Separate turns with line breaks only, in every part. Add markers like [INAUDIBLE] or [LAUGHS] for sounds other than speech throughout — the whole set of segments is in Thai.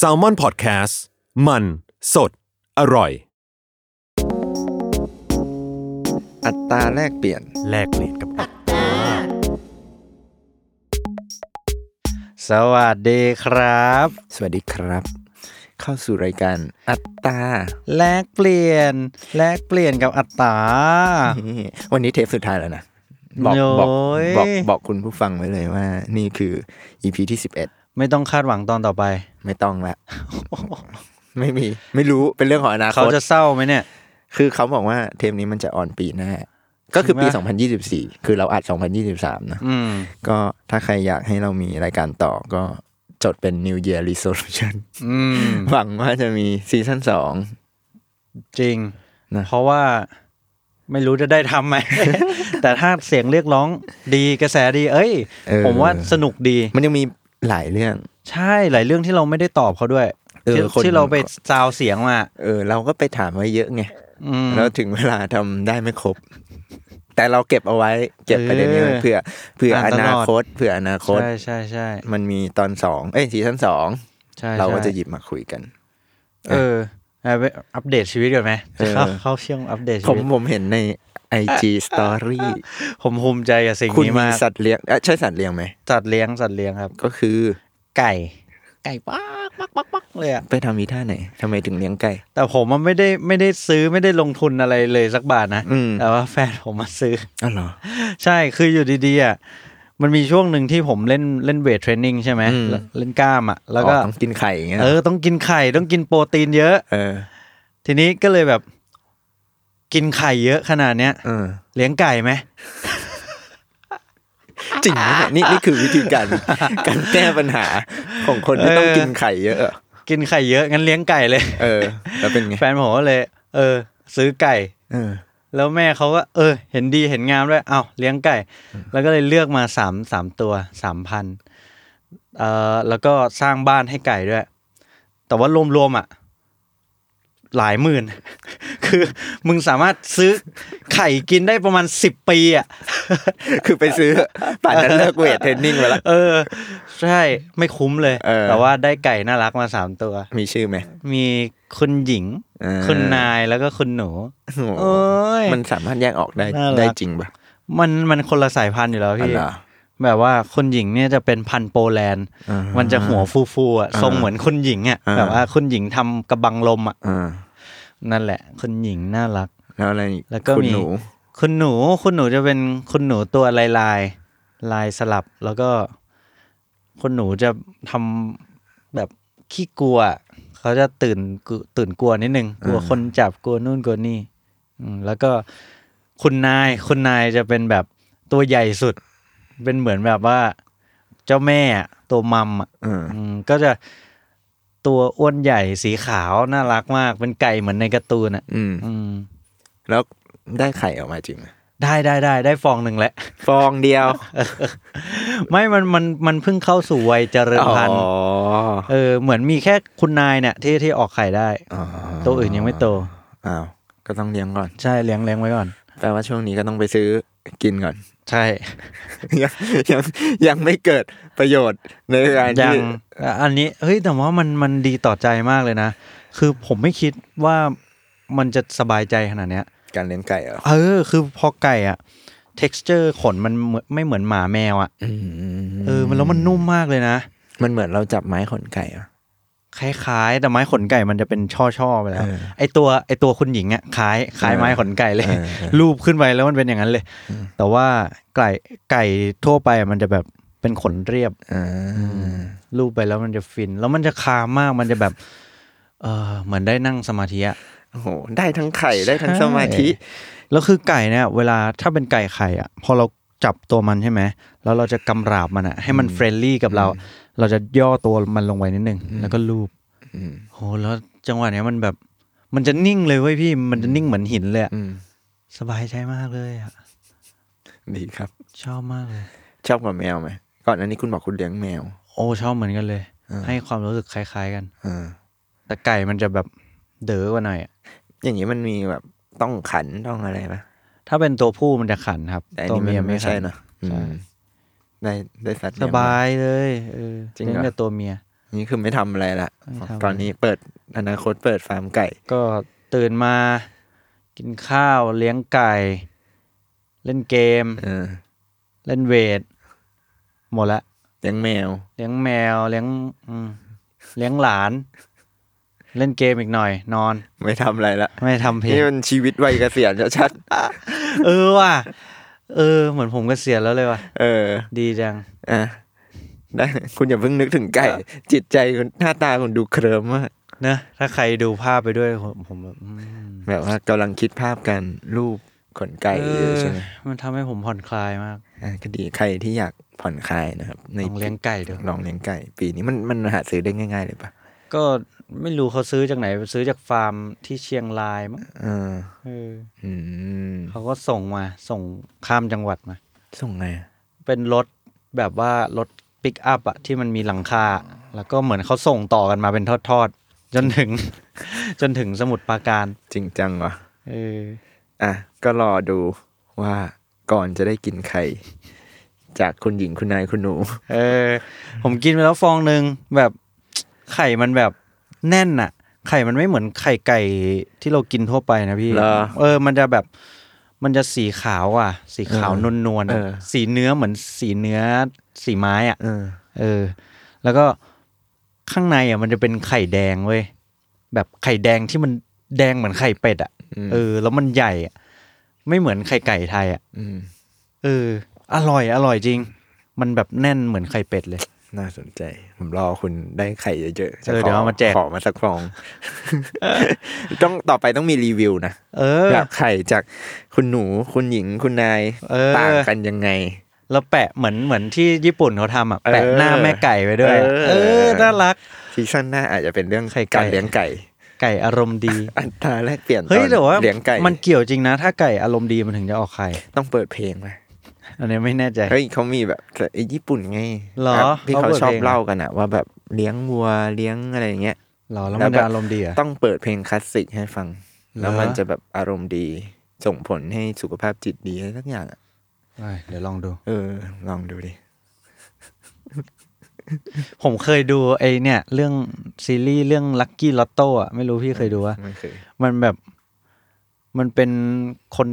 s a l m o n PODCAST มันสดอร่อย
อัตราแลกเปลี่ยน
แลกเปลี่ยนกับอัต
สวัสดีครับ สวัสดีครับ เข้าสู่รายการอัตรา
แลกเปลี่ยน แลกเปลี่ยนกับอัตรา
นี่วันนี้เทปสุดท้ายแล้วนะ บอก
โอ้
บอก
ย
บอกบอกคุณผู้ฟังไว้เลยว่า นี่คือ EP ที่
ไม่ต้องคาดหวังตอนต่อไป
11 ไม่ต้องละ [LAUGHS] ไม่มี ไม่รู้เป็นเรื่องของอนาค
เขา
ต
จะเศร้าไหมเนี่ย
คือเขาบอกว่าเทปนี้มันจะออนปีหน้า ก็คือปี
จริงปะ
2024 คือเราอัด 2023 นะ
อืม
ก็ถ้าใครอยากให้เรามีรายการต่อก็จดเป็น New Year Resolution
อืม
หวังว่าจะมีซีซั่นสอง
จริง
นะ
เพราะว่าไม่รู้จะได้ทำไหม [LAUGHS] แต่ถ้าเสียงเรียกร้องดีกระแสดี เอ้ย
เออ
ผมว่าสนุกดี
มันยังมีหลายเรื่อง
ใช่หลายเรื่องที่เราไม่ได้ตอบเขาด้วย
เออ
ที่
คน
ที่เราไปซาวเสียงมา
เออ เราก็ไปถามไว้เยอะไง
อืม
แล้วถึงเวลาทำได้ไม่ครบ แต่เราเก็บเอาไว้ เก็บประเด็นนี้ไว้
เออ
เผื่อเผื่ออ
อ่านตลอด
นาคตเผื่ออนาคต
ใช่ใช่ใช่
มันมีตอนสองเอ้ยซีซั่นสอง
ใช่
เราก็จะ
ใช่
หยิบมาคุยกัน
เออเอาไปอัปเดตชีวิตก่อนไหม
เออ
เข้าเข้าเชื่อมอัปเดตชี
ผม
วิต
ผมเห็นใน IG Story
ผมภูมิใจกับสิ่ง
คุณ
นี้
มี
มาก
สัตว์เลี้ยงเอ้ยใช่สัตว์เลี้ยงไหม
สัตว์เลี้ยงสัตว์เลี้ยงครับ
ก็คือ
ไก่ ไก่ปักปักปักปักเลยอะ
ไปทำมีท่าไหนทำไมถึงเลี้ยงไก่
แต่ผมมันไม่ได้ไม่ได้ซื้อไม่ได้ลงทุนอะไรเลยสักบาทนะ
อืม
แต่ว่าแฟนผมมาซื้อ [LAUGHS]
อ้าวเหรอ
ใช่คืออยู่ดีๆอ่ะมันมีช่วงหนึ่งที่ผมเล่นเล่นเวทเทรนนิ่งใช่ไหม
อืม
แล้วเล่นกล้ามอ่ะแล้วก็
อ๋อต้องกินไข่อย่างเงี้ย
เออต้องกินไข่ต้องกินโปรตีนเยอะ
เออ
ทีนี้ก็เลยแบบ กินไข่เยอะขนาดเนี้ย
เออ
เลี้ยงไก่ไหม
จริงไหมเนี่ยนี่นี่คือวิธี
[LAUGHS]
การ การแก้ปัญหาของคนที่ต้องกินไข่เยอะอะ
กินไข่เยอะงั้นเลี้ยงไก่เลย
เออ แล้วเป็นไง
[LAUGHS] แฟนผมก็เลย เออ ซื้อไก่
เออ [LAUGHS]
แล้วแม่เขาก็เออ เห็นดีเห็นงามด้วย เอาเลี้ยงไก่ แล้วก็เลยเลือกมาสามสามตัวสามพันเอ่อแล้วก็สร้างบ้านให้ไก่ด้วย แต่ว่ารวมๆอ่ะ หลายหมื่น [LAUGHS] คือมึงสามารถซื้อไข่กินได้ประมาณสิบปีอ่ะ
คือไปซื้อ [LAUGHS] ป่านนั้นเลิกเวทเทรนนิ่งไปละ
เออ ใช่ไม่คุ้มเลย
เออ
แต่ว่าได้ไก่น่ารักมาสามตัว
มีชื่อไหม
มีคุณหญิง
เออ
คุณนายแล้วก็คุณหนู
โอ้โห
โอ้ย
มันสามารถแยกออกได้
น่ารัก
ได้จริงปะ
มันมันคนละสายพันธุ์อยู่แล้ว
อัน
พี่
เหรอ
แบบว่าคุณหญิงเนี่ยจะเป็นพันธุ์โปแลนด์
อ่าฮะ
มันจะหัวฟูๆอ่ะทรงเหมือนคุณหญิงอ่ะ
อ่า
แบบว่าคุณหญิงทำกระบังลมอ่ะ
อ่า
นั่นแหละ คุณหญิงน่ารัก
แล้วอะไรอีก
แล้วก็
คุณ
มี
หนู
คุณหนูคุณหนูจะเป็นคุณหนูตัวลายลายๆลายสลับแล้วก็ คุณหนูจะทำแบบขี้กลัว เขาจะตื่นกลัวตื่นกลัวนิดนึงกลัวคนจับกลัวนู่นกลัวนี่อืมแล้วก็คุณนายคุณนายจะเป็นแบบตัวใหญ่สุด เป็นเหมือนแบบว่า เจ้าแม่อะตัวมัมอ่ะ
เออ
อืมก็จะตัวอ้วนใหญ่สีขาวน่ารักมาก เป็นไก่เหมือนในการ์ตูนอ่ะ
อืม
อืม
แล้วได้ไข่ออกมาจริงไหม
ได้ได้ได้ได้ฟองหนึ่งแหละ
ฟองเดียว
ไม่มันมันมันเพิ่งเข้าสู่วัยเจริญพันธุ์
อ๋อ
เออเหมือนมีแค่คุณนายเนี่ยที่ที่ออกไข่ได้
อ๋อ
ตัวอื่นยังไม่โต
อ้าวก็ต้องเลี้ยงก่อน
ใช่เลี้ยงเลี้ยงไว้ก่อน
แปลว่าช่วงนี้ก็ต้องไปซื้อกินก่ [LAUGHS] อน
ใช่
ยังยังยังไม่เกิดประโยชน์ในการ
ยัง
ที่
อ่ะอันนี้เฮ้ยแต่ว่ามันมันดีต่อใจมากเลยนะ คือผมไม่คิดว่ามันจะสบายใจขนาดเนี้ย
การเลี้ยงไก่เหรอ
เออ คือพอไก่อ่ะ texture ขนมันเหมือนไม่เหมือนหมาแมวอ่ะ เออมันแล้วมันนุ่มมากเลยนะ
มันเหมือนเราจับไม้ขนไก่เหรอ
คล้ายๆ แต่ไม้ขนไก่มันจะเป็นช่อๆไปแล้ว
เออ
ไอตัวไอตัวคุณหญิงอ่ะคล้ายคล้ายไม้ขนไก่เลย
เออเออ
รูปขึ้นไปแล้วมันเป็นอย่างนั้นเลย แต่ว่าไก่ไก่ทั่วไปอะมันจะแบบเป็นขนเรียบ
อ่า
รูปไปแล้วมันจะฟิน แล้วมันจะคามมากมันจะแบบ เออเหมือนได้นั่งสมาธิอะ
โอ้โหได้ทั้งไข่ได้ทั้งสมาธิ
แล้วคือไก่เนี่ย เวลาถ้าเป็นไก่ไข่อ่ะพอเราจับตัวมันใช่ไหมแล้วเราจะกำราบมันอ่ะให้มันเฟรนลี่กับเรา เราจะย่อตัวมันลงไปนิดนึงแล้วก็ลูบ
อืม
โหแล้วจังหวะเนี้ยมันแบบ มันจะนิ่งเลยเว้ยพี่มันจะนิ่งเหมือนหินเลยอะ
อืม
สบายใจมากเลยอะ
ดีครับ
ชอบมากเลย
ชอบกับแมวไหมก่อนอันนี้คุณบอกคุณเลี้ยงแมว
โอ้ชอบเหมือนกันเลย ให้ความรู้สึกคล้าย ๆ กัน
เออ
แต่ไก่มันจะแบบเด๋อกว่าหน่อยอะ
อย่างนี้มันมีแบบต้องขันต้องอะไรไหม
ถ้าเป็นตัวผู้มันจะขันครับ
แต่อัน
ตัว
นี้มัน
เมีย
ไม่
ไม่
ใช่
ขัน
เนอะ
ใช่
อืมได้ได้สัตว์เลี้ง
ส
ไหม
บายเลยเออ
จริงเหรอ
เลี้ยแต่ตัวเมีย
นี่คือไม่ทำอะไรละ
ไม่ทำ
ตอนนี้เปิดอนาคตเปิดฟาร์มไก่
ก็ตื่นมากินข้าวเลี้ยงไก่ เล่นเกม
เออ
เล่นเวท หมดละ
เลี้ยงแมว
เลี้ยงแมวเลี้ยงอืมเลี้ยงหลาน เล่นเกมอีกหน่อย นอน
ไม่ทำอะไรละ
ไม่ทำเพลง
นี่มันชีวิตวัยเกษียณชัด
เออว่ะเออ เหมือนผมเกษียณแล้วเลยว่ะ
ๆเออ
ดีจัง
อ่ะได้คุณอย่าเพิ่งนึกถึงไก่ จิตใจคุณหน้าตาคุณดูเคลิมมาก
เนอะถ้าใครดูภาพไปด้วยผมผมแบบอืม
แบบว่ากำลังคิดภาพกันรูปขนไก่อยู่ใช่ไหม
เออมันทำให้ผมผ่อนคลายมาก
อ่ะก็ดีใครที่อยากผ่อนคลายนะครับ ใน
ลองเลี้ยงไก่ดู
ลองเลี้ยงไก่ ปีนี้มันมันหาซื้อได้ง่ายๆเลยปะ
ก็ไม่รู้เขาซื้อจากไหนซื้อจากฟาร์มที่เชียงรายมั้ง
เออ
เออ
อืม
เขาก็ส่งมาส่งข้ามจังหวัดมา
ส่งไงอะ
เป็นรถแบบว่ารถปิกอัพอะที่มันมีหลังคา แล้วก็เหมือนเขาส่งต่อกันมาเป็นทอดๆ จนถึง [LAUGHS] จนถึงสมุทรปราการ
จริงจังวะ
เออ
อ่ะก็รอดูว่าก่อนจะได้กินไข่จากคุณหญิงคุณนายคุณหนู
เออ ผมกินไปแล้วฟองหนึ่งแบบไข่มันแบบแน่นอะไข่มันไม่เหมือนไข่ไก่ที่เรากินทั่วไปนะพี่
เหรอ
เออ มันจะแบบมันจะสีขาวอ่ะ สีขาวนวลๆ
เอ
อะ
อ
สีเนื้อเหมือนสีเนื้อสีไม้อ่ะ
เออ
เออ แล้วก็ข้างในอ่ะมันจะเป็นไข่แดงเว้ยแบบไข่แดงที่มันแดงเหมือนไข่เป็ดอ่ะ
อืม
เออ แล้วมันใหญ่อะไม่เหมือนไข่ไก่ไทยอ่ะ
อืม
เออ อร่อยอร่อยจริง มันแบบแน่นเหมือนไข่เป็ดเลย
น่าสนใจ ผมรอคุณได้ไข่เยอะๆจะ
เอ
ข
อเดี๋ยวเอามาแจก
ขอมาสักฟ
[LAUGHS]
อง ต้องต่อไปต้องมีรีวิวนะ
เออ
แบบไข่จากคุณหนูคุณหญิงคุณนาย
เออ
ต่างกันยังไง
แล้วแปะเหมือนเหมือนที่ญี่ปุ่นเขาทำอ่ะ
เออ
แปะหน้าแม่ไก่ไปด้วยอะ
เอ
เอ
อ
อน่ารัก
ซีซั่นหน้าอาจจะเป็นเรื่อง
ไข่ไก่
การเลี้ยงไก่
ไก่อารมณ์ดี
อัตราแลกเปลี่ยน
เฮ้
ต
ย
อน
แต่ว่า
เลี้ยงไก่
มันเกี่ยวจริงนะ ถ้าไก่อารมณ์ดีมันถึงจะออกไข่
ต้องเปิดเพลงไหม
อันนี้ไม่แน่ใจ
เฮ้ยเขามีแบบไอ้ญี่ปุ่นไง
เหรอ
แบบที่เขา
เขาเปิด
ชอบ
เพลง
เล่ากันอะว่าแบบเลี้ยงวัวเลี้ยงอะไรอย่างเงี้ย
หรอแล้วมัน
แล้วแบบ
จะอารมณ์ดีเหรอ่ะ
ต้องเปิดเพลงคลาสสิกให้ฟัง
เหรอ
แล้วมันจะแบบอารมณ์ดี ส่งผลให้สุขภาพจิตดีอะไรสักอย่างอะ
เดี๋ยวลองดู
เออ ลองดูดิ
ผมเคยดูไอเนี่ย เรื่องซีรีส์เรื่องลัคกี้ลอตโต้อะไม่รู้พี่เคยดูวะ
ไม่เคย
มันแบบมันเป็นคน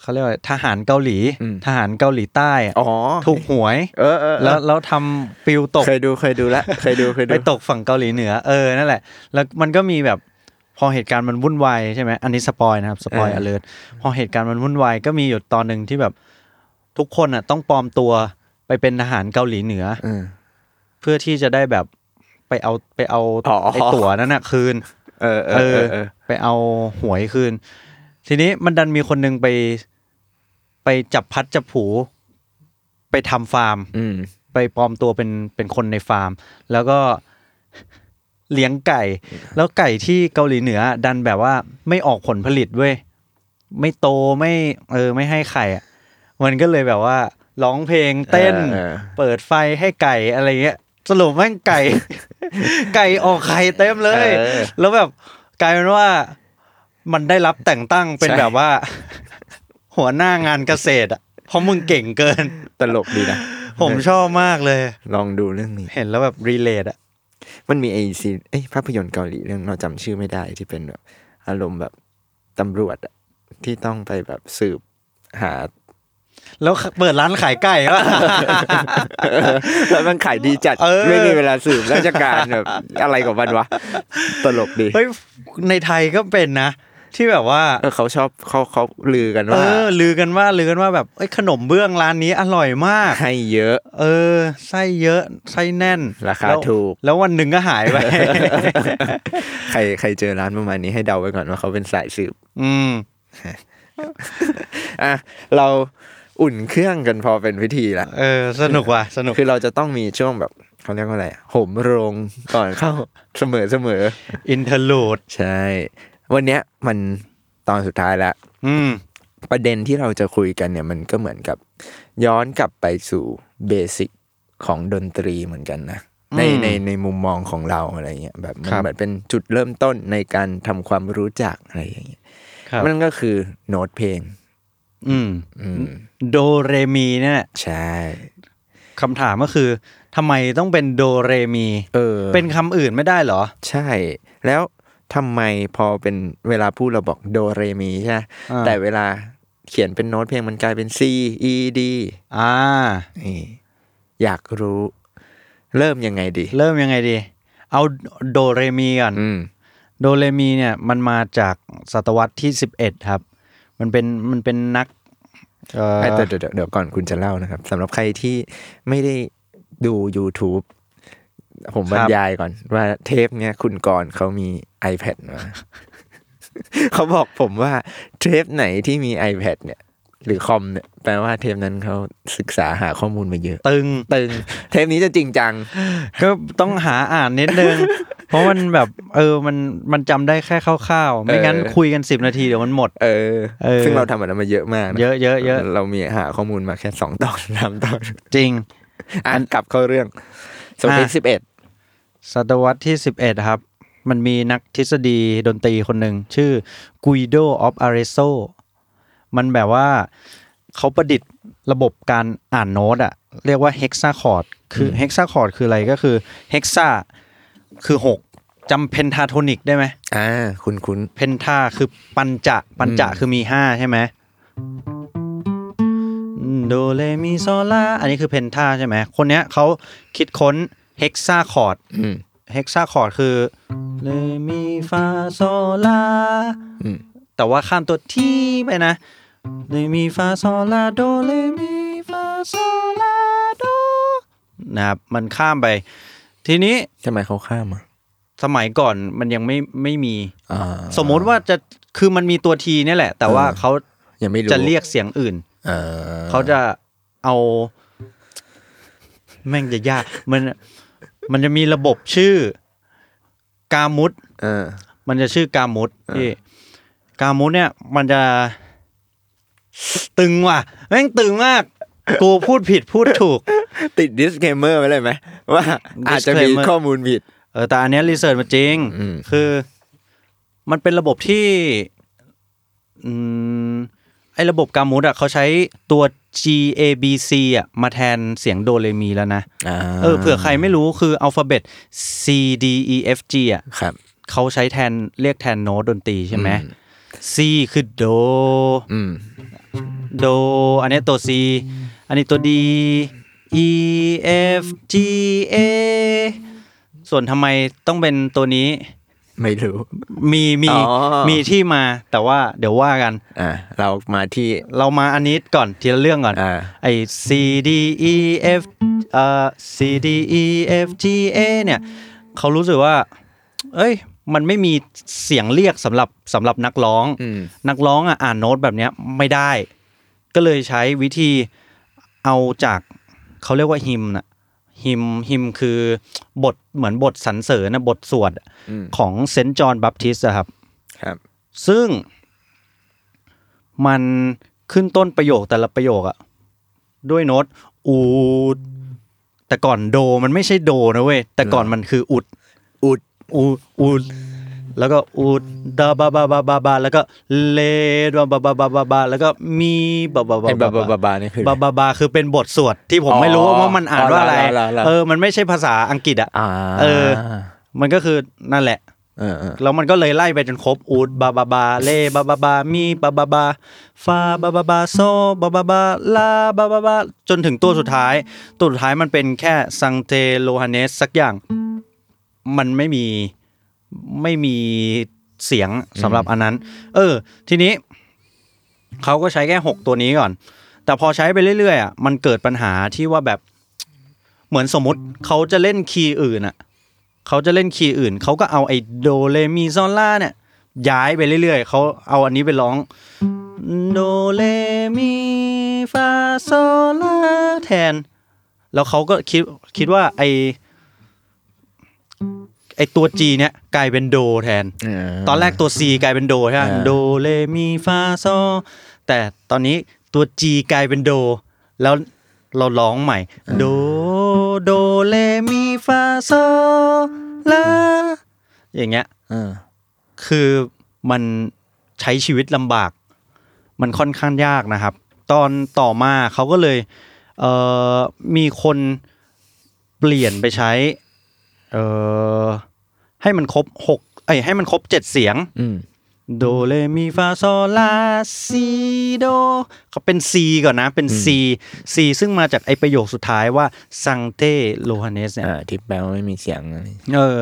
เขาเรียกว่าทหารเกาหลี
อืม
ทหารเกาหลีใต้อะ
อ๋อ
ถูกหวย
เออเออเออ
แล้วแล้วทำปิวตก
เคยดูเคยดูละ เคยดูเคยดู
ไปตกฝั่งเกาหลีเหนือ เออ นั่นแหละ แล้วมันก็มีแบบ พอเหตุการณ์มันวุ่นวายใช่ไหม อันนี้สปอยนะครับ สปอยอเลิร์พอเหตุการณ์มันวุ่นวายก็มีอยู่ตอนหนึ่งที่แบบทุกคนอ่ะ ต้องปลอมตัวไปเป็นทหารเกาหลีเหนือ
เออ
เพื่อที่จะได้แบบไปเอาไปเอา
อ๋อ
ไอตั๋วนั้นอะคืน
เออเอ
เอ
อ
อ
เออ
ไปเอาหวยคืน ทีนี้มันดันมีคนหนึงไป ไปจับพัดจับผู ไปทำฟาร์ม
อืม
ไปปลอมตัวเป็นเป็นคนในฟาร์ม แล้วก็ [LAUGHS] เลี้ยงไก่ แล้วไก่ที่เกาหลีเหนือ ดันแบบว่าไม่ออกผลผลิตเว้ยไม่โตไม่เออไม่ให้ไข่อะมันก็เลยแบบว่าร้องเพลงเต้น
เออ
เปิดไฟให้ไก่อะไรเงี้ยสรุปแม่งไก่ [LAUGHS] ไก่ออกไข่เต็มเลย
เออ
แล้วแบบกลายเป็นว่ามันได้รับแต่งตั้งเป็น
ใช่
แบบว่า หัวหน้างานเกษตรอ่ะเพราะมึงเก่งเกิน
ตลกดีนะ
ผมชอบมากเลย
ลองดูเรื่องนี้
เห็นแล้วแบบรีเลทอะ
มันมีไอซีเอ้ยภาพยนตร์เกาหลีเรื่องเราจำชื่อไม่ได้ที่เป็นแบบอารมณ์แบบตำรวจอะที่ต้องไปแบบสืบหา
แล้วเปิดร้านขายไก่ว่ะ [LAUGHS]
แล้วมันขายดีจัด
เออ
ไม่มีเวลาสืบราชการ [LAUGHS] แบบอะไรกับมันวะ ตลกดี
เฮ้ยในไทยก็เป็นนะ ที่แบบว่า
เออเขาชอบเขาเขาลือกัน
เอ
ว่า
อ ลือกันว่าลือกันว่าแบบเอ้ยขนมเบื้องร้านนี้อร่อยมาก
ให้เยอะ
เออไส้เยอะไส้แน่น
ราคา
แล้ว
ถูก
แล้ววันหนึ่งก็
[LAUGHS]
หายไป
ใครใครเจอร้านประมาณนี้ให้เดาไว้ก่อนว่าเขาเป็นสายสืบ
อืม
อ่ะ เราอุ่นเครื่องกันพอเป็นพิธีละ
เออ สนุกว่ะสนุก
คือเราจะต้องมีช่วงแบบ เขาเรียกว่าอะไรอะห่มโรงก่อนเข้า เสมอเสมอ
อินเทอร์ลูด
ใช่ วันเนี้ยมันตอนสุดท้ายละ
อืม
ประเด็นที่เราจะคุยกันเนี่ยมันก็เหมือนกับ ย้อนกลับไปสู่เบสิกของดนตรีเหมือนกันนะ ใน
อืม
ในในมุมมองของเราอะไรเงี้ยแบบมัน
ครับ
เหมือนเป็นจุดเริ่มต้นในการทำความรู้จักอะไรอย่างเงี้ย
ครับ
มันก็คือโน้ตเพลง
อืม
อืม
โดเรมีเนี่ยแหละ
ใช่
คำถามก็คือทำไมต้องเป็นโดเรมี
เออ
เป็นคำอื่นไม่ได้เหรอ
ใช่ แล้วทำไมพอเป็นเวลาพูดเราบอกโดเรมีใช่ไหม
อ่า
แต่เวลาเขียนเป็นโน้ตเพลงมันกลายเป็น C E D
อ่า
นี่อยากรู้ เริ่มยังไงดี
เริ่มยังไงดี เอาโดเรมีก่อน
อืม
โดเรมีเนี่ยมันมาจากศตวรรษที่ 11 ครับ มันเป็นมันเป็นนักเอ่อ
เอ้ยแต่เดี๋ยวเดี๋ยวเดี๋ยวก่อนคุณจะเล่านะครับสำหรับใครที่ไม่ได้ดู YouTube ผมบรรยายก่อน ว่าเทปเนี้ยคุณกรณ์เขามี iPad มา [LAUGHS] เขาบอกผมว่าเทปไหนที่มี iPad เนี่ย หรือคอมเนี่ย แปลว่าเทปนั้นเขาศึกษาหาข้อมูลมาเยอะ
ตึง
ตึง เทปนี้จะจริงจัง
ก็ต้องหาอ่านนิดนึ
[LAUGHS]
ง เพราะมันแบบเออมันมันจำได้แค่คร่าวๆ ไม่งั้น
เออ
คุยกัน 10 นาทีเดี๋ยวมันหมด
เออ
เออ
ซึ่งเราทำแบบนั้นมาเยอะมากน
เยอะเยอะเยอะ
เรามีหาข้อมูลมาแค่สองตอนสามตอน
จริง
อ่านกลับเข้าเรื่องสมัย
อ่ะ
สิบเอ็ด
ศตวรรษที่ 11 ครับ มันมีนักทฤษฎีดนตรีคนหนึ่ง ชื่อ Guido of Arezzo มันแบบว่าเขาประดิษฐ์ระบบการอ่านโน้ตอะเรียกว่าเฮกซาคอร์ดคือเฮกซาคอร์ดคืออะไรก็คือเฮกซาคือ 6จำเพนทาโทนิกได้ไหม
อ่า คุณคุณ
เพนทาคือปัญจะปัญจะคือมีห้าใช่ไหมโดเลมีโซลาอันนี้คือเพนทาใช่ไหมคนเนี้ยเขาคิดค้นเฮกซาคอร์ด
อืม
เฮกซาคอร์ดคือเลมีฟาโซลา
อืม
แต่ว่าข้ามตัวที่ไปนะเลมีฟาโซลาโดเลมีฟาโซลาโดนะครับมันข้ามไป ทีนี้
ทำไมเขาข้ามอ่ะ
สมัยก่อนมันยังไม่ไม่มี
อ่า
สมมติว่าจะคือมันมีตัวทีเนี่ยแหละ แต่ว่า
เออ
เขา
ยังไม่รู้
จะเรียกเสียงอื่น
เออ
เขาจะเอา แม่งจะยาก มันมันจะมีระบบชื่อกามุด
เออ
มันจะชื่อกามุดที่กามุดเนี่ย มันจะ ตึงว่ะ แม่งตึงมาก กูพูดผิดพูดถูก
ติด disclaimer ไว้เลยไหมว่า อาจจะมี
disclaimer
ข้อมูลผิด
เออแต่อันเนี้รีเสิร์ชมาจริง
อืม
คือ มันเป็นระบบที่ อืม ไอ้ระบบกามุดอ่ะเขาใช้ตัว G A B C อ่ะ มาแทนเสียงโดเรมีแล้วนะ เออเผื่อใครไม่รู้คืออัลฟาเบต C D E F G อ่ะ
ครับ
เขาใช้แทนเรียกแทนโน้ตดนตรีใช่ไหม
อืม
C คือโด
อืม
โด อันนี้ตัว C อันนี้ตัว D E F G A ส่วนทำไมต้องเป็นตัวนี้
ไม่รู้
มีมี
อ๋อ
มีที่มาแต่ว่าเดี๋ยวว่ากัน
อ่า เรามาที่
เรามาอันนี้ก่อนทีละเรื่องก่อน
อ่า
ไอ้ C D E F เอ่อ C D E F G A เนี่ยเขารู้สึกว่า เอ้ย มันไม่มีเสียงเรียกสำหรับสำหรับนักร้อง
อืม
นักร้องอ่ะอ่านโน้ตแบบเนี้ยไม่ได้ ก็เลยใช้วิธีเอาจากเขาเรียกว่าฮิมนะฮิมฮิมคือบทเหมือนบทสรรเสริญนะบทสวด
อืม
ของเซนต์จอห์นบัพทิสต์อะครับ
ครับ
ซึ่งมันขึ้นต้นประโยคแต่ละประโยคอะด้วยโน้ตอูดแต่ก่อนโดมันไม่ใช่โดนะเว้ยแต่ก่อนมันคืออุด
อุด
อูดอูดแล้วก็อูดดาบาบาบาบาบาแล้วก็เลดบาบาบาบาบาบาแล้วก็มีบาบาบา
ไอ้บาบา
บา
บาบานี่คือ
บาบาบาคือเป็นบทสวดที่ผม
อ๋อ
ไม่รู้ว่ามันอ่านว่าอะไร
อ๋อเหรอเหรอเหรอ
เออ มันไม่ใช่ภาษาอังกฤษอ่ะ
อ่า
เออ มันก็คือนั่นแหละ
เออเออ
แล้วมันก็เลยไล่ไปจนครบอูดบาบาบาเลบาบาบามีบาบาบาฟาบาบาบาโซบาบาบาลาบาบาบาจนถึงตัวสุดท้าย ตัวสุดท้ายมันเป็นแค่ซังเทโลฮาเนสสักอย่าง มันไม่มีไม่มีเสียงสำหรับอันนั้น เออ ทีนี้ เขาก็ใช้แค่หกตัวนี้ก่อน แต่พอใช้ไปเรื่อยๆอ่ะมันเกิดปัญหาที่ว่าแบบ เหมือนสมมติเขาจะเล่นคีย์อื่นอ่ะ เขาจะเล่นคีย์อื่น เขาก็เอาไอ้โดเลมีซอลล่าเนี่ยย้ายไปเรื่อยๆ เขาเอาอันนี้ไปร้องโดเลมีฟาโซลาแทน แล้วเขาก็คิดคิดว่าไอ้ ไอตัว G เนี่ยกลายเป็นโดแทน ตอนแรกตัว C กลายเป็นโดใช่ไหม
อ่า
โดเลมีฟาโซแต่ตอนนี้ตัว G กลายเป็นโด แล้วเราร้องใหม่ โดโดเลมีฟาโซลาอย่างเงี้ย
เออ
คือมันใช้ชีวิตลำบาก มันค่อนข้างยากนะครับ ตอนต่อมาเขาก็เลยเอ่อมีคนเปลี่ยนไปใช้เอ่อให้มันครบหกเอ้ยให้มันครบเจ็ดเสียง
อืม
โดเลมีฟาโซลาซีโดเขาเป็น C ก่อนนะเป็น C C ซึ่งมาจากไอประโยคสุดท้ายว่าซังเตโลฮาเนสเนี่ย
อ่าที่แปลว่าไม่มีเสียงอะไร
เออ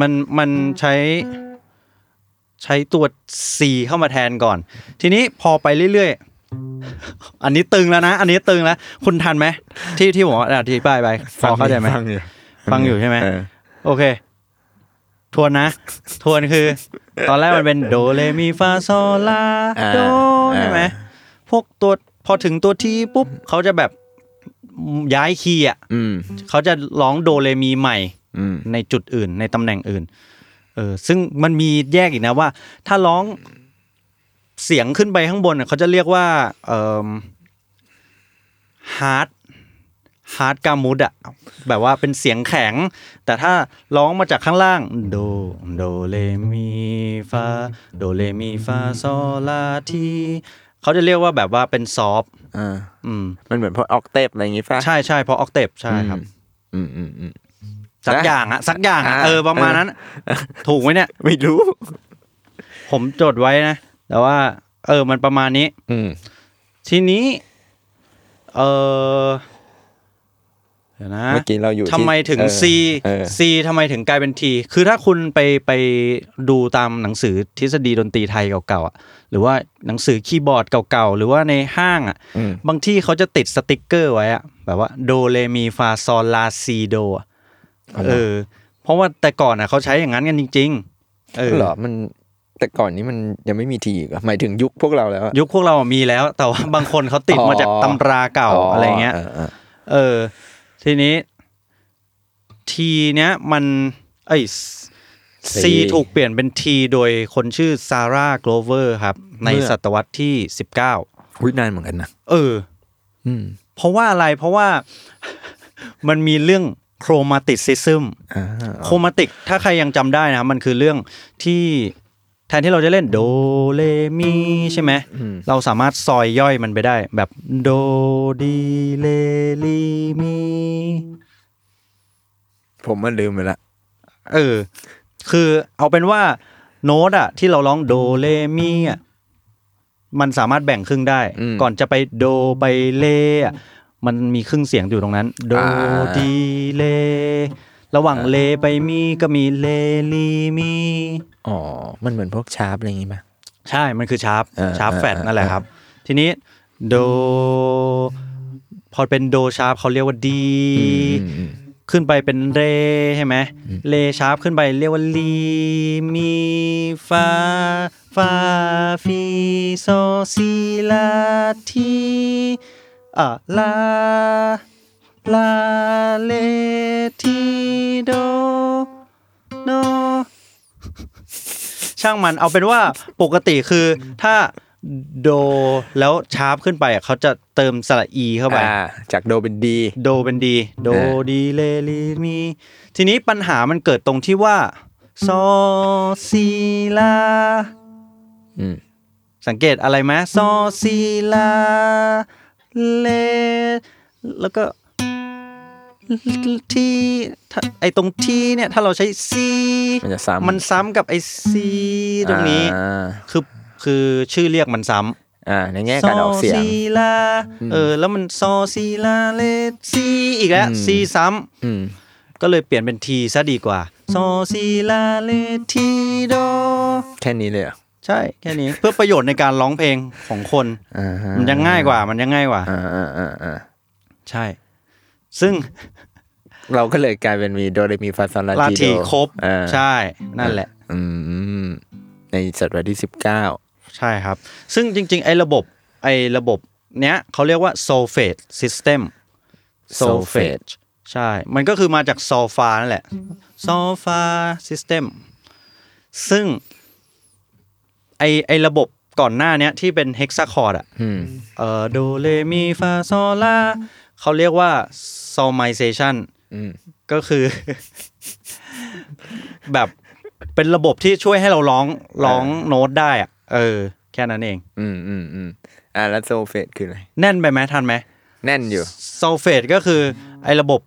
มัน มันใช้ ใช้ตัว C เข้ามาแทนก่อน ทีนี้พอไปเรื่อยๆ อันนี้ตึงแล้วนะ อันนี้ตึงแล้ว คุณทันไหม ที่ที่ผมอธิบายไปพอเข้าใจไหม
ฟังอยู่
ฟังอยู่ใช่ไหม
เอ
โอเค ทวนนะ ทวนคือ ตอนแรกมันเป็นโดเลมีฟาโซลาโดใช่ไหม พวกตัว พอถึงตัวที่ปุ๊บ เขาจะแบบย้ายคีย์อ่ะ
อืม
เขาจะร้องโดเลมีใหม่
อืม
ในจุดอื่นในตำแหน่งอื่น เออ ซึ่งมันมีแยกอีกนะว่า ถ้าร้องเสียงขึ้นไปข้างบนน่ะเขาจะเรียกว่าเอ่อฮาร์ดฮาร์ดกามูดอะแบบว่าเป็นเสียงแข็ง แต่ถ้าร้องมาจากข้างล่าง โด โดเลมีฟาโดเลมีฟาโซลาทีเขาจะเรียกว่าแบบว่าเป็นซอฟต์
อ่า
อืม
มันเหมือนพวกออกเทปอะไรอย่างงี้ป่ะ
ใช่ใช่เพราะออกเตปใช่ครับ
อืมอืมอืม
สักอย่างอะสักอย่างอะ
อ่า
เออประมาณนั้น ถูกไหมเนี่ย
ไม่รู้
ผมจดไว้นะ แต่ว่า เออ มันประมาณนี้
อืม
ทีนี้ เออเดี๋ยวนะ
เมื่อกี้เราอยู่ที่
ทำไมถึง
เออ
C
เออ
C ทำไมถึงกลายเป็น T คือถ้าคุณไปไปดูตามหนังสือทฤษฎีดนตรีไทยเก่าๆอ่ะ หรือว่าหนังสือคีย์บอร์ดเก่าๆ หรือว่าในห้างอ่ะ
อืม
บางที่เขาจะติดสติกเกอร์ไว้อะแบบว่าโดเลมีฟาซอลาซีโดอะ
อ๋อ
เออ เพราะว่าแต่ก่อนอ่ะเขาใช้อย่างนั้นกันจริง ๆ เออ
เหรอมันแต่ก่อนนี้มันยังไม่มีทีอีกเหรอหมายถึงยุคพวกเราแล้วอะ
ยุคพวกเรามีแล้ว แต่ว่าบางคนเขาติด
อ๋อ
มาจากตำราเก่าอะไรเงี้ย
อ
เออ ทีนี้ ทีเนี้ยมันไอ้ซีถูกเปลี่ยนเป็นทีโดยคนชื่อซาร่าโกลเวอร์ครับ ในศตวรรษที่ 19
ๆอุ้ยนานเหมือนกันนะ
เออ
อืม
เพราะว่าอะไรเพราะว่า [LAUGHS] มันมีเรื่องโครมาติซิซึม
อ่า
โครมาติก ถ้าใครยังจำได้นะ มันคือเรื่องที่แทนที่เราจะเล่นโดเลมีใช่ไหม เราสามารถซอยย่อยมันไปได้ แบบโดดีเลลีมี
ผมมันลืมไปละ
เออ คือเอาเป็นว่าโน้ตอะที่เราร้องโดเลมีอะมันสามารถแบ่งครึ่งได้
อืม
ก่อนจะไปโดไปเลอะมันมีครึ่งเสียงอยู่ตรงนั้น โด
อ่า
ดีเล ระหว่างเลไปมีก็มีเลลีมี
อ๋อ มันเหมือนพวกชาร์ปอะไรอย่างงี้ป่ะ
ใช่ มันคือชาร์ป
เออ
ชาร์ป
เออ
แฟด
เออ
นั่นแหละครับ ทีนี้โด พอเป็นโดชาร์ปเขาเรียกว่าดี
อืม
ขึ้นไปเป็นเรใช่ไหม เรชาร์ปขึ้นไปเรียกว่าลีมีฟาฟาฟีโซซีลาทีอ่าลาลาเลทีโดโน ช่างมันเอาเป็นว่าปกติคือถ้าโดแล้วชาร์ปขึ้นไปอ่ะเขาจะเติมสระอีเข้าไป
อ่าจากโดเป็นดี
โดเป็นดี โด
เออ
ดีเลลีมี ทีนี้ปัญหามันเกิดตรงที่ว่าซอซีลา
อืม
สังเกตอะไรไหมซอซีลา เล แล้วก็ที่ถ้าไอตรงที่เนี่ย ถ้าเราใช้ซี
มันจะซ้ำ
มันซ้ำกับไอซีตรงนี้
อ่า
คือคือชื่อเรียกมันซ้ำ
อ่าในแง่การออกเสีย
ซ
ง
ซีลาเออ แล้วมันซอซีลาเลซีอีกแล้ว
อืม
ซีซ้ำ
อืม
ก็เลยเปลี่ยนเป็นทีซะดีกว่าซอซีลาเลทีโด
แค่นี้เลยเหรอ
ใช่แค่นี้ เพื่อประโยชน์ในการร้องเพลงของคน
อ่าฮะ
มันยังง่ายกว่ามันยังง่ายกว่า
อ่าอ่าอ่าอ่า
ใช่ ซึ่ง
เราก็เลยกลายเป็นมีโดเรมีฟาซอลา
ลา
ที
ทีครบ
อ่า
ใช่ นั่นแหละ
อืม ในศตวรรษที่สิบเก้า
ใช่ครับ ซึ่งจริง ๆ ไอ้ระบบไอ้ระบบเนี้ยเขาเรียกว่า solfege system solfege ใช่ มันก็คือมาจาก solfa นั่นแหละ โซฟาซิสเต็มซึ่ง ไอไอระบบก่อนหน้าเนี้ยที่เป็นเฮกซาคอร์ดอะ
อืม
เออโดเรมีฟาโซลาเขาเรียกว่า solmization
อืม
ก็คือ [LAUGHS] แบบเป็นระบบที่ช่วยให้เราร้องร้องโน้ตได้อะเออ แค่นั้นเอง
อืมอืมอืมอ่าแล้วโซเฟตคืออะไร
แน่นไปไหมทันไหม
แน่นอยู่
ซ l ลเฟตก็คือไอ้ระบบ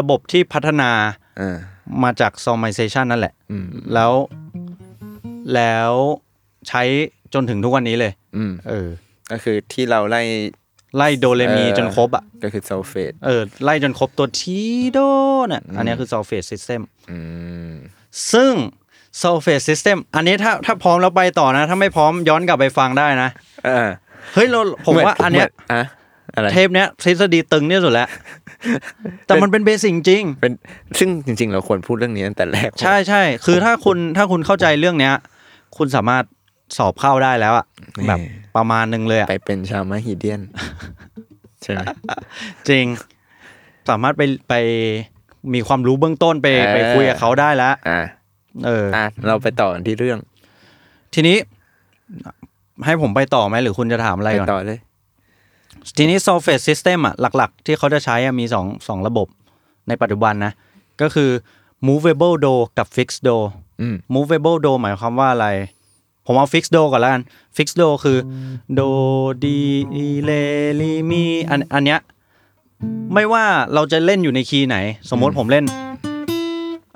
ระบบที่พัฒนา
อ่า
มาจาก s o l m i z a t i o n นั่นแหละ
อืม
แล้ว แล้วใช้จนถึงทุกวันนี้เลย
อืม
เออ
ก็คือที่เราไล่
ไล่โดเรมี
เออ
จนครบอ่ะ
ก็คือโซเฟต
เออ ไล่จนครบตัวทีโดน่ะ อันนี้คือ s o l f a t e system
อืม
ซึ่ง s o l f a t e system อันนี้ถ้าถ้าพร้อมแล้วไปต่อนะ ถ้าไม่พร้อมย้อนกลับไปฟังได้นะ
อ่า
เฮ้ย เราผมว่าอันเนี้
ห
ย
มือ่ะอะไร
เทปเนี้ยทฤษฎีตึงที่
[LAUGHS]
สุดแล้ว แต่มันเป็นเบสิกจริง
เป็น ซึ่งจริง ๆ เราควรพูดเรื่องนี้ตั้งแต่แรก
ใช่ใช่ คือถ้าคุณถ้าคุณเข้าใจเรื่องเนี้ย คุณสามารถสอบเข้าได้แล้วอะแบบประมาณหนึงเลยอะ
ไปเป็นชาวมหิเดียน ใช่ไหม
จริง สามารถไปไปมีความรู้เบื้องต้นไป
เออ
ไปคุยกับเขาได้แล้ว
อ่า
เอออ
อ่ะ เราไปต่อกันที่เรื่อง
ทีนี้ ให้ผมไปต่อไหมหรือคุณจะถามอะไร
ไป
ก่อน
ต่อเลย
ทีนี้ solfege system อะหลักๆ ที่เขาจะใช้อะมีสองสองระบบในปัจจุบันนะ ก็คือ movable do กับ fixed do
อืม
movable do หมายความว่าอะไร ผมเอา fixed do ก่อนละกัน fixed do คือ do di re re mi อันอันเนี้ยไม่ว่าเราจะเล่นอยู่ในคีย์ไหน สมมติผมเล่น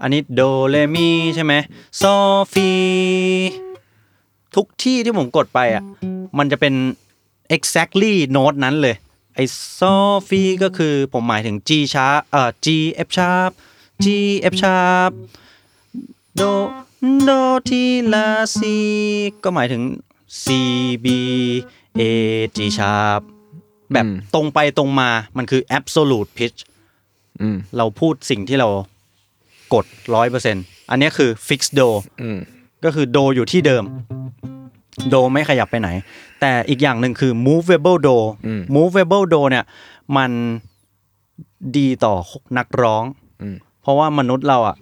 อันนี้ do re mi ใช่ไหม so fi ทุกที่ที่ผมกดไปอ่ะ มันจะเป็น exactly note นั้นเลย ไอ้ so fi ก็คือผมหมายถึง g sharp เอ่อ g f sharp g f sharp โดโดทีลาซีก็หมายถึง C B A G sharp แบบ
อืม
ตรงไปตรงมามันคือ absolute pitch
อืม
เราพูดสิ่งที่เรากดร้อยเปอร์เซ็นอันเนี้ยคือ fixed do
อืม
ก็คือโดอยู่ที่เดิม โดไม่ขยับไปไหน แต่อีกอย่างหนึ่งคือ movable do
อืม
movable do เนี่ย มันดีต่อนักร้อง
อืม
เพราะว่ามนุษย์เราอะ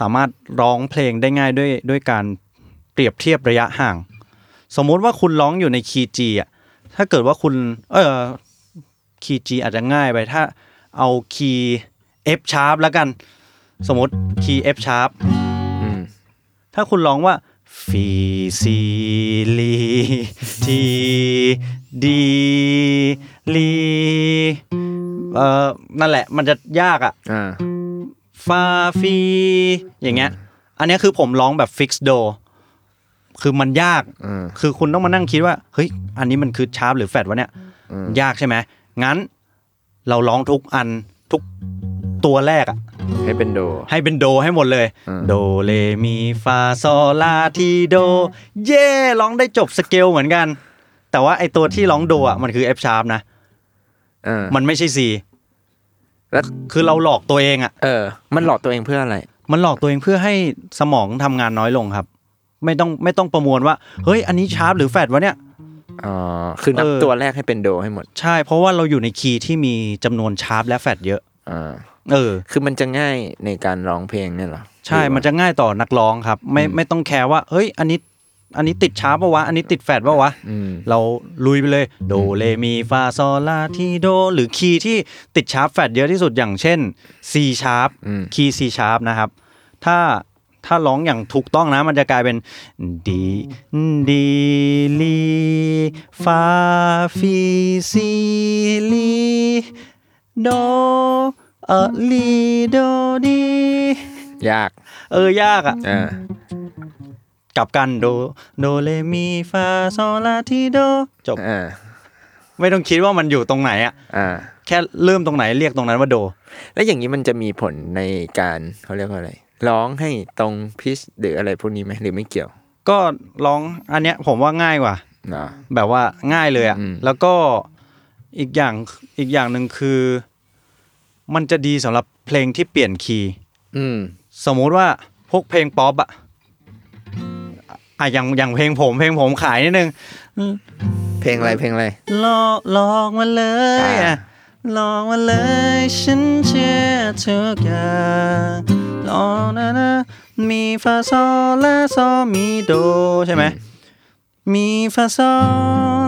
สามารถร้องเพลงได้ง่ายด้วยด้วยการเปรียบเทียบระยะห่าง สมมุติว่าคุณร้องอยู่ในคีย์จีอะถ้าเกิดว่าคุณ เออคีย์จีอาจจะง่ายไป ถ้าเอาคีย์ F sharp แล้วกัน สมมติคีย์ F sharp
อืม
ถ้าคุณร้องว่าฟีซีลีทีดีลีเอ่อนั่นแหละมันจะยากอะ
อ่า
ฟาฟีอย่างเงี้ย อันเนี้ยคือผมร้องแบบฟิกซ์โดคือมันยาก
อ่า
คือคุณต้องมานั่งคิดว่า เฮ้ย อันนี้มันคือชาร์ปหรือแฟดวะเนี่ย
อืม
ยากใช่ไหม งั้น เราร้องทุกอันทุกตัวแรกอะ
ให้เป็นโด
ให้เป็นโดให้หมดเลย
อืม
โดเลมีฟาโซลาทีโด เย่ร้องได้จบสเกลเหมือนกัน แต่ว่าไอตัวที่ร้องโดอ่ะมันคือ F sharp นะ
อ่า
มันไม่ใช่ C
แล้ว
คือเราหลอกตัวเองอ่ะ
เออ มันหลอกตัวเองเพื่ออะไร
มันหลอกตัวเองเพื่อให้สมองทำงานน้อยลงครับ ไม่ต้องไม่ต้องประมวลว่า เฮ้ย อันนี้ชาร์ปหรือแฟดวะเนี่ย
อ๋อ คือนับ
เออ
ตัวแรกให้เป็นโดให้หมด
ใช่ เพราะว่าเราอยู่ในคีย์ที่มีจำนวนชาร์ปและแฟดเยอะ
อ่า
เออ
คือมันจะง่ายในการร้องเพลงเนี่ยเหรอ
ใช่ มันจะง่ายต่อนักร้องครับ ไม่ไม่ต้องแคร์ว่า เฮ้ย อันนี้ อันนี้ติดชาร์ปปะวะ อันนี้ติดแฟดปะวะ
อืม
เราลุยไปเลย โดเลมีฟาซอลาทีโด หรือคีย์ที่ติดชาร์ปแฟดเยอะที่สุดอย่างเช่น C ชาร์ป
อืม
คีย์ C ชาร์ปนะครับ ถ้าถ้าร้องอย่างถูกต้องนะ มันจะกลายเป็นดีดีลีฟาฟีซีลีโดเออลีโดดี
ยาก
เออ ยากอ่ะ
อ่า
กลับกันโดโดเลมีฟาซอลาทีโดจบ
อ่า
ไม่ต้องคิดว่ามันอยู่ตรงไหนอะ
อ่า
แค่เริ่มตรงไหนเรียกตรงนั้นว่าโด
แล้วอย่างนี้มันจะมีผลในการเขาเรียกว่าอะไร ร้องให้ตรงพิชหรืออะไรพวกนี้ไหมหรือไม่เกี่ยว
ก็ร้องอันเนี้ยผมว่าง่ายกว่า
นะ
แบบว่าง่ายเลยอะ
อืม
แล้วก็อีกอย่างอีกอย่างหนึ่งคือ มันจะดีสำหรับเพลงที่เปลี่ยนคีย์
อืม
สมมุติว่าพวกเพลงป๊อปอะอะอย่างอย่างเพลงผมเพลงผมขายนิดนึง
เพลงอะไรเพลงอะไร
ลอกลอกมาเลย
อ่า
อะลอกมาเลย ฉันเชื่อทุกอย่าง อ๋อนะนะมีฟาซอลาซอมีโดใช่ไหมมีฟาซอ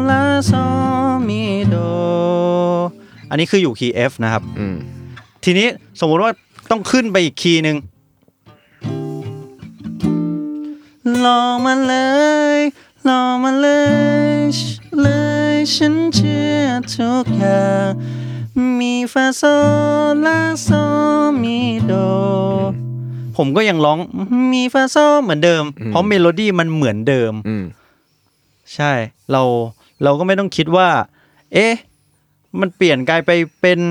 ลาซอมีโด อันนี้คืออยู่คีย์ F นะครับ
อืม
ทีนี้สมมุติว่าต้องขึ้นไปอีกคีย์หนึ่งลองมาเลยลองมาเลยชเลยฉันเชื่อทุกอย่าง มีฟาโซลาโซมีโด ผมก็ยังร้องมีฟาโซเหมือนเดิม เพราะเมโลดี้มันเหมือนเดิม
อืม
ใช่ เราเราก็ไม่ต้องคิดว่า เอ๊ะ มันเปลี่ยนกลายไปเป็น [LAUGHS]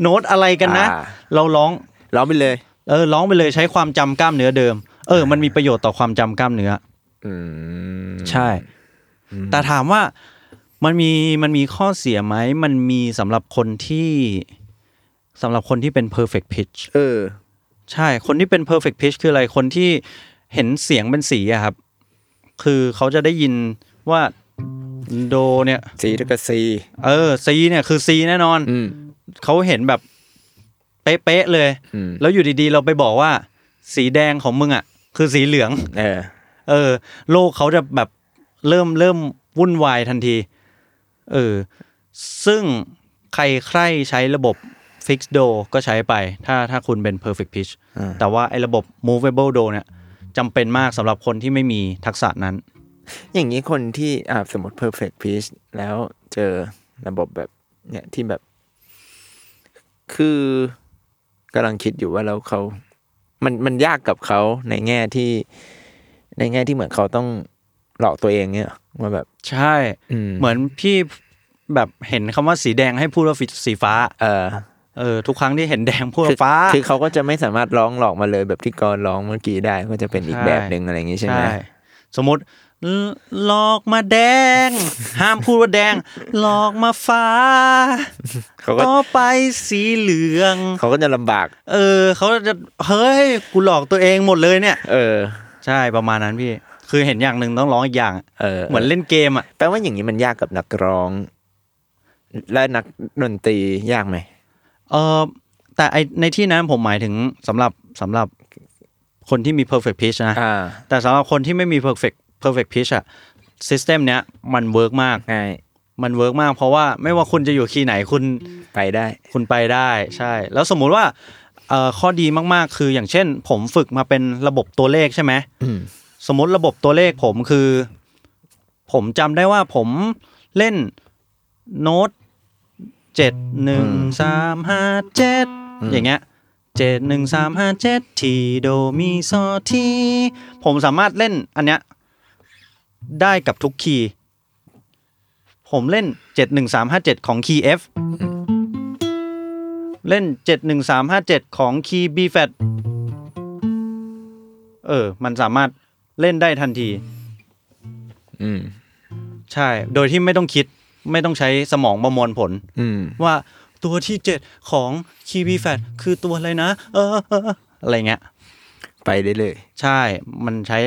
โน้ตอะไรกันนะ
อ่า
เราร้อง
ร้องไปเลย
เออร้องไปเลยใช้ความจำกล้ามเนื้อเดิม เออ มันมีประโยชน์ต่อความจำกล้ามเนื้อ
อืม
ใช่ แต่ถามว่ามันมีมันมีข้อเสียไหม มันมีสำหรับคนที่สำหรับคนที่เป็น perfect pitch
เออ
ใช่ คนที่เป็น perfect pitch คืออะไร คนที่เห็นเสียงเป็นสีอะครับ คือเขาจะได้ยินว่าโดเนี่ย
สีเท่ากับสี
เออซีเนี่ยคือซีแน่นอน
อืม
เขาเห็นแบบเป๊ะๆเลย
อืม
แล้วอยู่ดีๆ เราไปบอกว่า สีแดงของมึงอ่ะ คือสีเหลือง
เออ
เออ โลกเขาจะแบบเริ่มเริ่มวุ่นวายทันที เออ ซึ่งใครใครใช้ระบบ Fix d o ก็ใช้ไป ถ้าถ้าคุณเป็น perfect pitch
อ่า
แต่ว่าไอ้ระบบ movable do เนี่ยจำเป็นมากสำหรับคนที่ไม่มีทักษะนั้น
อย่างนี้คนที่อ่าสมมติ perfect pitch แล้วเจอระบบแบบเนี่ยที่แบบ คือกำลังคิดอยู่ว่าแล้วเขา มันมันยากกับเขาในแง่ที่ ในแง่ที่เหมือนเขาต้องหลอกตัวเองเนี่ยว่าแบบ
ใช่
อืม
เหมือนพี่แบบเห็นคำว่าสีแดงให้พูดว่าสีฟ้า
เออ
เออทุกครั้งที่เห็นแดงพูด
คือ
ว่าฟ้า
คือเขาก็จะไม่สามารถร้องหลอกมาเลยแบบที่กรร้องเมื่อกี้ได้ก็จะเป็นอีก
ใช่
แบบหนึ่งอะไรอย่างนี้ใช่ไหม
สมมติลหลอกมาแดง ห้ามพูดว่าแดงหลอกมาฟ้า
เขาก็
ต่อไปสีเหลือง
เขาก็จะลำบาก
เออเขาจะเฮ้ยกูหลอกตัวเองหมดเลยเนี่ย
เออ
ใช่ประมาณนั้นพี่ คือเห็นอย่างหนึ่งต้องร้องอีกอย่าง
เออ
เหมือนเล่นเกมอ่ะ
แปลว่าอย่างนี้มันยากกับนักร้อง และนักดนตรียากไหม
เออแต่ไอในที่นั้นผมหมายถึงสำหรับสำหรับคนที่มี perfect pitch นะ
อ่า
แต่สำหรับคนที่ไม่มี perfect perfect pitch อะ system เนี้ยมันเวิร์กมาก
ง่าย
มันเวิร์กมากเพราะว่าไม่ว่าคุณจะอยู่คีย์ไหนคุณ
ไปได้
คุณไปได้ใช่ แล้วสมมุติว่าเอ่อข้อดีมากๆ คืออย่างเช่น ผมฝึกมาเป็นระบบตัวเลขใช่ไหมสมมติระบบตัวเลขผมคือ ผมจำได้ว่าผมเล่นโน้ตเจ็ดหนึ่งสามห้าเจ็ดอย่างเงี้ยเจ็ดหนึ่งสามห้าเจ็ดทีโดมีซอทีผมสามารถเล่นอันเนี้ยได้กับทุกคีย์ ผมเล่น 71357 ของคีย์ F เล่น 71357 ของคีย์ B flat เออ มันสามารถเล่นได้ทันที
อืม
ใช่ โดยที่ไม่ต้องคิด ไม่ต้องใช้สมองประมวลผล
อืม
ว่าตัวที่ 7 ของคีย์ B flat คือตัวอะไรนะ เออเออเอออะไรเงี้ย
ไปได้เลย
ใช่ มันใช้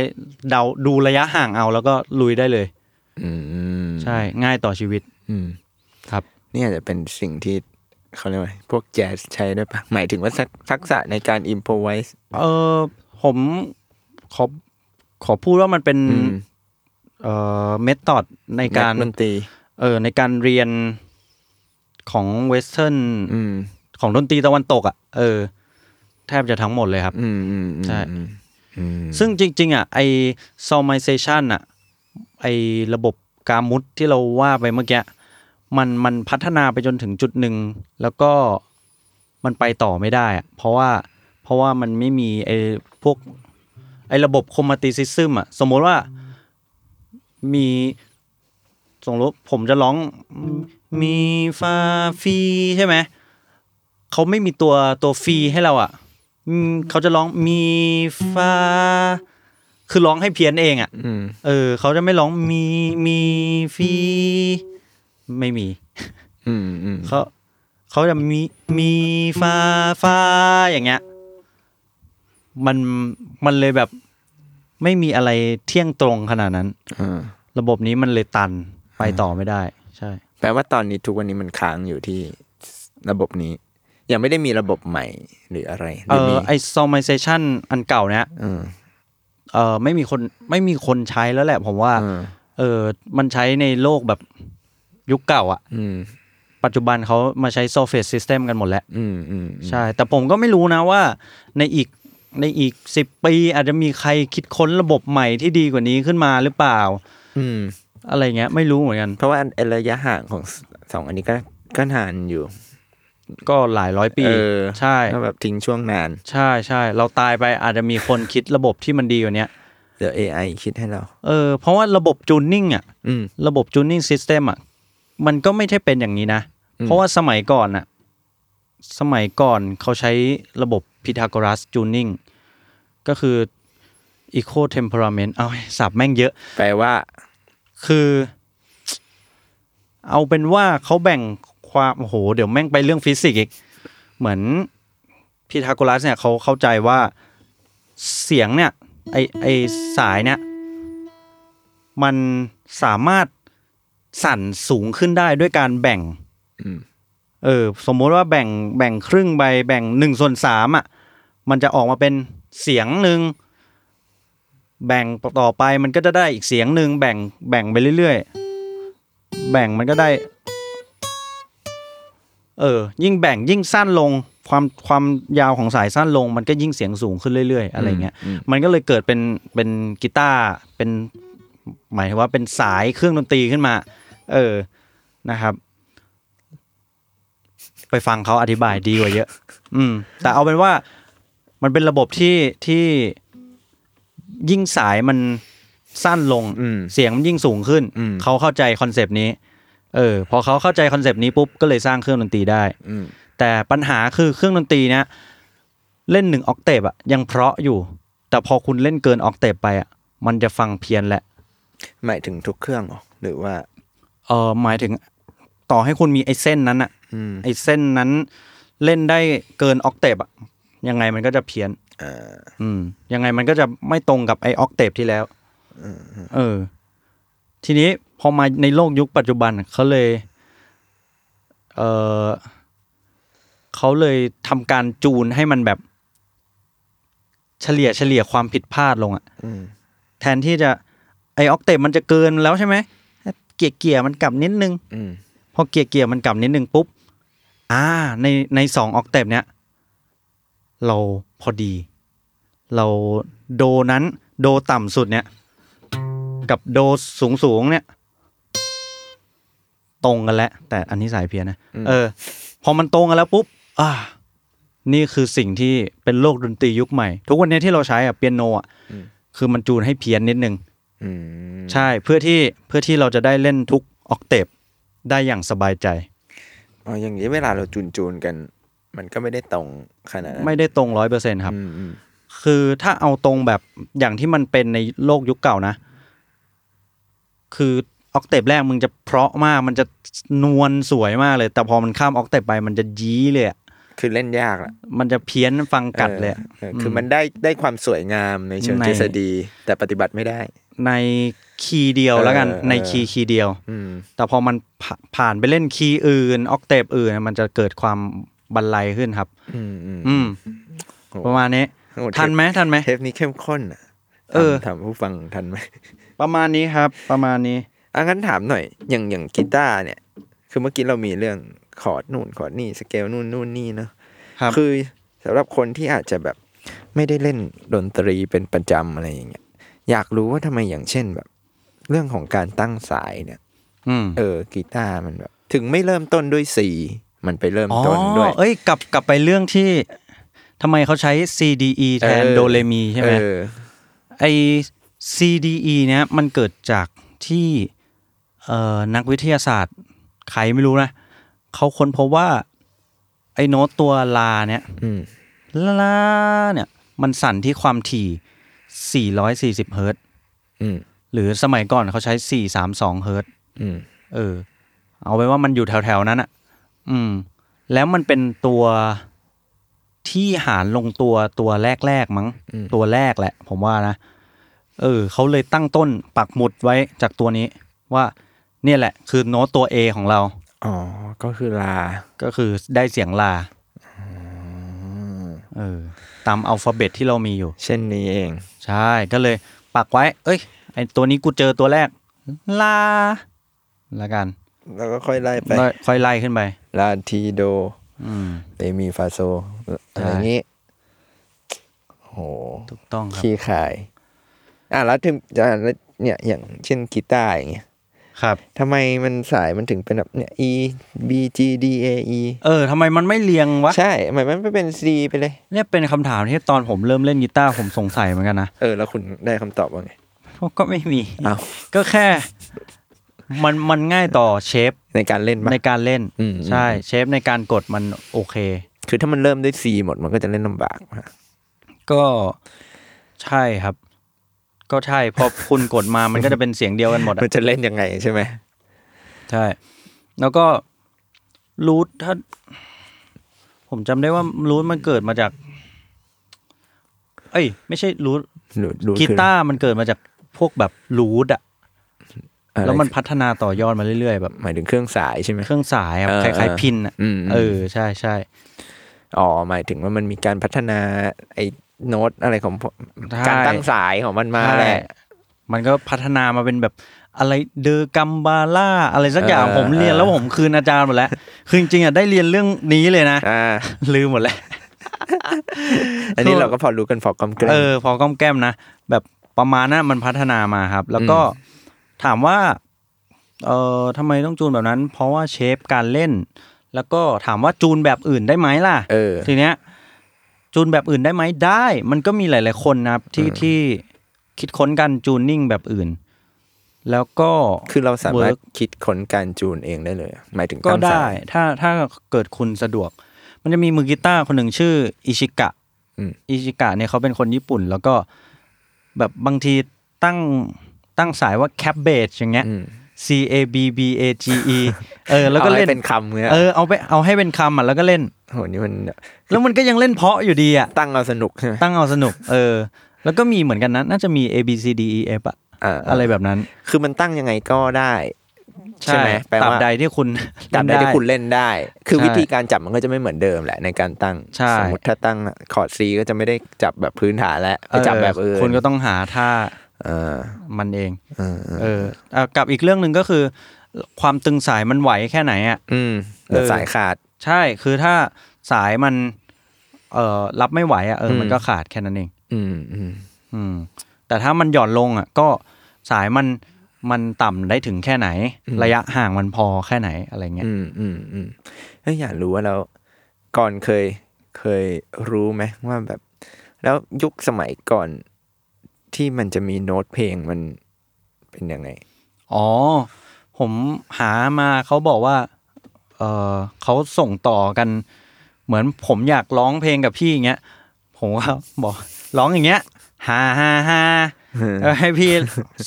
เดาดูระยะห่างเอาแล้วก็ลุยได้เลย
อืม
ใช่ ง่ายต่อชีวิต
อืม
ครับ
นี่อาจจะเป็นสิ่งที่เขาเรียกว่าพวกแจ๊สใช้ด้วยปะหมายถึงว่าทักทักษะในการอิมพอไวส์
เออผมขอขอพูดว่ามันเป็น เอ่อเมธอดในการ
ดนตรี
เออในการเรียนของเวสเทิร์น
อืม
ของดนตรีตะวันตกอ่ะเออ แทบจะทั้งหมดเลยครับ
อืมอืมอืม
ใช่
อืมอืม
ซึ่งจริง ๆ อ่ะ ไอ solmization อ่ะ ไอระบบกามุดที่เราว่าไปเมื่อกี้มันมันพัฒนาไปจนถึงจุดหนึ่ง แล้วก็มันไปต่อไม่ได้อ่ะ เพราะว่าเพราะว่ามันไม่มีไอพวก ไอระบบคอมติซิซึมอ่ะ สมมติว่ามีสมมติผมจะร้องมีฟาฟีใช่ไหม เขาไม่มีตัวตัวฟรีให้เราอ่ะอืมเขาจะร้องมีฟา คือร้องให้เพี้ยนเองอ่ะ
อืม
เออ เขาจะไม่ร้องมีมีฟีไม่มี
อืมอืม
เขาเขาจะมีมีฟาฟาอย่างเงี้ย มันมันเลยแบบไม่มีอะไรเที่ยงตรงขนาดนั้น
อ่า
ระบบนี้มันเลยตันไปต่อไม่ได้ ใช่
แปลว่าตอนนี้ทุกวันนี้มันค้างอยู่ที่ระบบนี้ ยังไม่ได้มีระบบใหม่หรืออะไรห
เอ
รือ
อ
มี
ไอซอมไมเซชันอันเก่าเนี่ย
เออ
เออไม่มีคนไม่มีคนใช้แล้วแหละ ผมว่า
เออ
เออมันใช้ในโลกแบบยุคเก่าอะ
อืม
ปัจจุบันเขามาใช้ surface system กันหมดแล้ว
อืมอืม
ใช่ แต่ผมก็ไม่รู้นะว่า ในอีกในอีกสิบปี อาจจะมีใครคิดค้นระบบใหม่ที่ดีกว่านี้ขึ้นมาหรือเปล่า
อืม
อะไรเงี้ยไม่รู้เหมือนกัน
เพราะว่าไอ้ระยะห่างของสองอันนี้ก็ก็นานอยู่
ก็หลายร้อยปี
เออ
ใช่
ก็แบบทิ้งช่วงนาน
ใช่ใช่เราตายไปอาจจะมีคนคิดระบบที่มันดีกว่านี้
เดี๋ยว AI คิดให้เรา
เออเพราะว่าระบบจูนนิ่งอ่ะ
อืม
ระบบจูนนิ่งซิสเต็มอ่ะมันก็ไม่ใช่เป็นอย่างนี้นะ
อืม
เพราะว่าสมัยก่อนอ่ะสมัยก่อนเขาใช้ระบบพีทาโกรัสจูนนิ่งก็คืออีโคเทมเพอร์เมนต์เอาสับแม่งเยอะ
แปลว่า
คือ เอาเป็นว่าเขาแบ่งความโอ้โห เดี๋ยวแม่งไปเรื่องฟิสิกส์อีก เหมือนพีทาโกรัสเนี่ยเขาเข้าใจว่าเสียงเนี่ย ไอไอสายเนี่ย มันสามารถสั่นสูงขึ้นได้ด้วยการแบ่ง
อืม
เออ สมมุติว่าแบ่งแบ่งครึ่งไปแบ่งหนึ่งส่วนสามอ่ะ มันจะออกมาเป็นเสียงหนึ่ง แบ่งต่อไปมันก็จะได้อีกเสียงหนึ่งแบ่งแบ่งไปเรื่อยๆ แบ่งมันก็ได้ เออ ยิ่งแบ่งยิ่งสั้นลง ความความยาวของสายสั้นลง มันก็ยิ่งเสียงสูงขึ้นเรื่อยๆ อะไรเงี้ย มันก็เลยเกิดเป็นเป็นกีตาร์เป็นหมายถึงว่าเป็นสายเครื่องดนตรีขึ้นมา เออนะครับ ไปฟังเขาอธิบายดีกว่าเยอะ อืม แต่เอาเป็นว่ามันเป็นระบบที่ที่ยิ่งสายมันสั้นลง
อืม
เสียงมันยิ่งสูงขึ้น
อืม
เขาเข้าใจคอนเซปต์นี้ เออ พอเขาเข้าใจคอนเซปต์นี้ปุ๊บ ก็เลยสร้างเครื่องดนตรีได้
อืม
แต่ปัญหาคือเครื่องดนตรีเนะเล่นหนึ่งออกเตปอะยังเพราะอยู่ แต่พอคุณเล่นเกินออกเตปไปอะมันจะฟังเพี้ยนแหละ
หมายถึงทุกเครื่องเหรอหรือว่า
เออหมายถึงต่อให้คุณมีไอ้เส้นนั้นอะ
อืม
ไอ้เส้นนั้นเล่นได้เกินออกเตปอะยังไงมันก็จะเพี้ยน
เออ
อืมยังไงมันก็จะไม่ตรงกับไอออกเตปที่แล้วเออ ทีนี้พอมาในโลกยุคปัจจุบันเขาเลย เออเขาเลยทำการจูนให้มันแบบ เฉลี่ยเฉลี่ยความผิดพลาดลงอะ
อืม
แทนที่จะไอออกเตปมันจะเกินแล้วใช่ไหมเกียร์เกียร์มันกลับนิดนึง
อืม
พอเกียร์เกียร์มันกลับนิดนึงปุ๊บ อ่า ในในสองออกเตปเนี้ยเราพอดี เราโดนั้นโดต่ำสุดเนี้ยกับโดสูงสูงๆเนี้ยตรงกันแล้ว แต่อันนี้สายเพียนนะ เออ พอมันตรงกันแล้วปุ๊บ อ่า นี่คือสิ่งที่เป็นโลกดนตรียุคใหม่ ทุกวันนี้ที่เราใช้อะเปียโนอะคือมันจูนให้เพี้ยนนิดนึง
อืม
ใช่ เพื่อที่เพื่อที่เราจะได้เล่นทุกออกเตปได้อย่างสบายใจ
อ๋ออย่างนี้เวลาเราจูนจูนๆกัน มันก็ไม่ได้ตรงขนาดนั้น
ไม่ได้ตรงร้อยเปอร์เซ็นครับ
อืมอืม
คือถ้าเอาตรงแบบอย่างที่มันเป็นในโลกยุคเก่านะ คือออกเตปแรกมึงจะเพราะมาก มันจะนวลสวยมากเลย แต่พอมันข้ามออกเตปไปมันจะยี้เลยอะ
คือเล่นยากละ
มันจะเพี้ยนฟังกัดเลยอะ
ออคือมันได้ได้ความสวยงามในเชิง
ใน
ทฤษฎี แต่ปฏิบัติไม่ได้
ในคีย์เดียวแล้วกัน
เออเออ
ในคีย์คีย์เดียว
อืม
แต่พอมันผ่าผ่านไปเล่นคีย์อื่น ออกเตปอื่น มันจะเกิดความบรรลัยขึ้นครับ
อืมอืม
อืม
โอ้โห
ประมาณนี้
โอ้
ทันไหมทันไหม
เทปนี้เข้มข้นอ่ะ
เออ
ถามถามผู้ฟังทันไหม
ประมาณนี้ครับ ประมาณนี้
อ่ะงั้นถามหน่อย อย่างอย่างกีตาร์เนี่ย คือเมื่อกี้เรามีเรื่องคอร์ดนู่นคอร์ดนี่สเกลนู่นนู่นนี่เนอะ
ครับ
คือสำหรับคนที่อาจจะแบบไม่ได้เล่นดนตรีเป็นประจำอะไรอย่างเงี้ย อยากรู้ว่าทำไมอย่างเช่นแบบ เรื่องของการตั้งสายเนี่ย
อืม
เออกีตาร์มันแบบ ถึงไม่เริ่มต้นด้วยสีมันไปเริ่ม
อ๋อ
ต้นด้วย
เอ้ยกลับกลับไปเรื่องที่ทำไมเขาใช้ CDE แทน
เออ
โดเรมีใช่ไหม
เออ
ไอ CDE เนี่ยมันเกิดจากที่เอ่อนักวิทยาศาสตร์ใครไม่รู้นะเขาค้นพบว่า ไอโน้ตตัวลาเนี่ย
อืม
ลาลาเนี่ยมันสั่นที่ความถี่ 440 เฮิรตซ์
อืม
หรือสมัยก่อนเขาใช้ 432 เฮิรตซ์
อืม
เออ เอาไว้ว่ามันอยู่แถวๆนั้นอ่ะ อืม แล้วมันเป็นตัวที่หารลงตัวตัวแรกๆมั้ง ตัวแรกแหละ ผมว่านะ เออ เขาเลยตั้งต้นปักหมุดไว้จากตัวนี้ ว่าเนี่ยแหละ คือโน้ตตัว A ของเรา
อ๋อก็คือลา
ก็คือได้เสียงลา เออตามอัลฟาเบตที่เรามีอยู่
เช่นนี้เอง
ใช่ก็เลยปักไว้ เอ้ย ไอตัวนี้กูเจอตัวแรก ลาละกัน
แล้วก็ค่อยไล่ไป
แล้วค่อยไล่ขึ้นไป
ลาทีโด
อืม
เอมีฟาโซอะ
ใช่
ไรอย่างงี้โห
ถูกต้องครับ
ขี้ขาย อ่ะแล้วถึงจะแล้วเนี่ยอย่างเช่นกีตาร์อย่างเงี้ย
ครับ
ทำไมมันสายมันถึงเป็นแบบเนี่ย E B G D A E
เออทำไมมันไม่เรียงวะ
ใช่ทำไมมันไม่เป็น C ไปเลย
เนี่ยเป็นคำถามที่ตอนผมเริ่มเล่นกีตาร์ผมสงสัยเหมือนกันนะ
เออ แล้วคุณได้คำตอบว่าไง
เพราะก็ไม่มี
อ้าว
ก็แค่ มันมันง่ายต่อเชฟ
ในการเล่นปะ
ในการเล่น
อืม
ใช่เชฟในการกดมันโอเค
คือถ้ามันเริ่มด้วย C หมดมันก็จะเล่นลำบากมาก
ก็ใช่ครับ ก็ใช่พอ [LAUGHS] คุณกดมามันก็จะเป็นเสียงเดียวกันหมดอะ
มันจะเล่นยังไงใช่ไหม
ใช่ แล้วก็รูทถ้า ผมจำได้ว่ารูทมันเกิดมาจาก เอ้ย ไม่ใช่รูท
ดูดู
กีตาร์มันเกิดมาจากพวกแบบรูทอะ
คือ
แล้วมัน
อะไร
พัฒนาต่อยอดมาเรื่อยๆ แบบ
หมายถึงเครื่องสายใช่ไหม
เครื่องสายอะ
เออ
คล้าย
เออ
ๆพินอะ
อืมอืม
เออใช่ใช่
อ๋อหมายถึงว่ามันมีการพัฒนาไอ้โน้ตอะไรของพวกการตั้งสายของมันมาแห
ใช่
ละ
มันก็พัฒนามาเป็นแบบอะไรเดอกัมบาล่าอะไรสักอย่าง
เออ
ผมเรียนแล้ว
เออ
ผมคืนอาจารย์หมดแล้ว คือจริงๆอะได้เรียนเรื่องนี้เลยนะ
อ่า
ลืมหมดแล้ว
อันนี้เราก็พอรู้กันพอกำเกริ
เอน อพอก้อมแก้มนะ แบบประมาณนั้นมันพัฒนามาครับ แล้วก็ถามว่าเออทำไมต้องจูนแบบนั้น เพราะว่าเชฟการเล่น แล้วก็ถามว่าจูนแบบอื่นได้ไหมล่ะ
เออ
ทีเนี้ย จูนแบบอื่นได้ไหมได้ มันก็มีหลาย ๆ คนนะครับที่ที่คิดค้นการจูนนิ่งแบบอื่น แล้วก็
คือเราสามารถ
work
คิดค้นการจูนเองได้เลย หมายถึง
ก็
ตั้ง
ได้
สาย
ถ้าถ้าเกิดคุณสะดวก มันจะมีมือกีตาร์คนหนึ่งชื่ออิชิกะ
อืม
อิชิกะเนี่ยเขาเป็นคนญี่ปุ่น แล้วก็แบบบางทีตั้งตั้งสายว่าแคบเบจอย่างเงี้ย
อืม
C A B B A G E เอ
[LAUGHS]
อ แล้วก็เล่
อาให้เป็นคำเนี่ย
เออเอาไปเอาให้เป็นคำอ่ะแล้วก็เล่น
โหนี่มัน
แล้วมันก็ยังเล่นเพราะอยู่ดีอ่ะ
ตั้งเอาสนุกใช่ไหม
ตั้งเอาสนุก เออ แล้วก็มีเหมือนกันนะน่าจะมี A B C D E F อะ
อ่า
อะไรแบบนั้น
คือมันตั้งยังไงก็ได้ ใช่ไหมแปล
ตราบ
ว่า
ใดที่คุณ
ตามใดที่
เล่น
คุณเล่นได้ คือ
ใช่
วิธีการจับมันก็จะไม่เหมือนเดิมแหละในการตั้ง
ใช่
สมมติถ้าตั้งคอร์ดซีก็จะไม่ได้จับแบบพื้นฐานแล้วไปจับแบบอื่น
คุณก็ต้องหาท่า
เออ
มันเอง เออเอากับอีกเรื่องหนึ่งก็คือ ความตึงสายมันไหวแค่ไหนอ่ะ
อืมเดี๋ยว
เออ
สายขาด
ใช่ คือถ้าสายมัน เอ่อ รับไม่ไหวอ่ะ เออ
อืม
มันก็ขาดแค่นั้นเอง
อืมอืม
อืม แต่ถ้ามันหย่อนลงอ่ะ ก็สายมัน มันต่ำได้ถึงแค่ไหน ระยะห่างมันพอแค่ไหนอะไรเงี้ย
อืมอืมอืมเอ้ยอยากรู้ว่าเราก่อนเคยเคยรู้ไหมว่าแบบ แล้วยุคสมัยก่อนที่มันจะมีโน้ตเพลงมันเป็นยังไง
อ๋อ ผมหามาเขาบอกว่า เออเขาส่งต่อกัน เหมือนผมอยากร้องเพลงกับพี่อย่างเงี้ย ผมก็บอก [LAUGHS] ร้องอย่างเงี้ยฮ่าฮ่าฮ่าแล้วให้พี่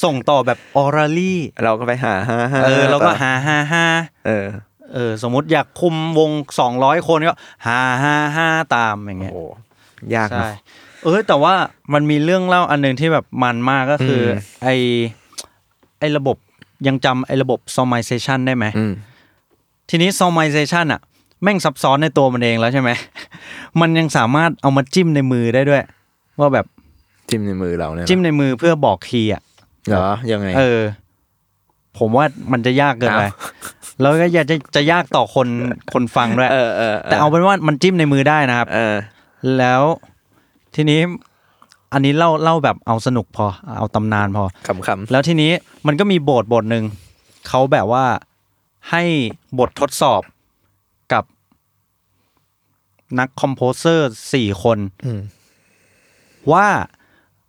ส่งต่อแบบออรัลี่
เราก็ไปหาฮะฮะ
เออ แล้วก็
ต่
ฮ่าฮ่าฮ่า
เออ
เออ สมมติอยากคุมวงสองร้อยคนก็ฮ่าฮ่าฮ่าตามอย่าง
โอ้โห
เงี้ย
ยากเน
ใช่
อะ
เออแต่ว่ามันมีเรื่องเล่าอันหนึ่งที่แบบมันมากก็คืออ
ม
ไอไอระบบยังจำไอระบบ solmization ได้ไหม
อืม
ทีนี้ solmization อ่ะ แม่งซับซ้อนในตัวมันเองแล้วใช่ไหม [LAUGHS] มันยังสามารถเอามาจิ้มในมือได้ด้วย ว่าแบบ
จิ้มในมือเราเนี่ย
จิ้มในมือเพื่อบอกคีย์อ่ะ
เหรอยังไง
เออ ผมว่ามันจะยากเกินไป
อ้าว
แล้วก็อยากจะจะยากต่อคนคนฟังด้วย
เออเออ
แต่เอาเป็นว่ามันจิ้มในมือได้นะครับ
เออ
แล้วทีนี้อันนี้เล่าเล่าแบบเอาสนุกพอ เอาตำนานพอ
คำคำ
แล้วทีนี้มันก็มีโบทโบทหนึ่งเขาแบบว่าให้บททดสอบกับนักคอมโพเซอร์สี่คน
อืม
ว่า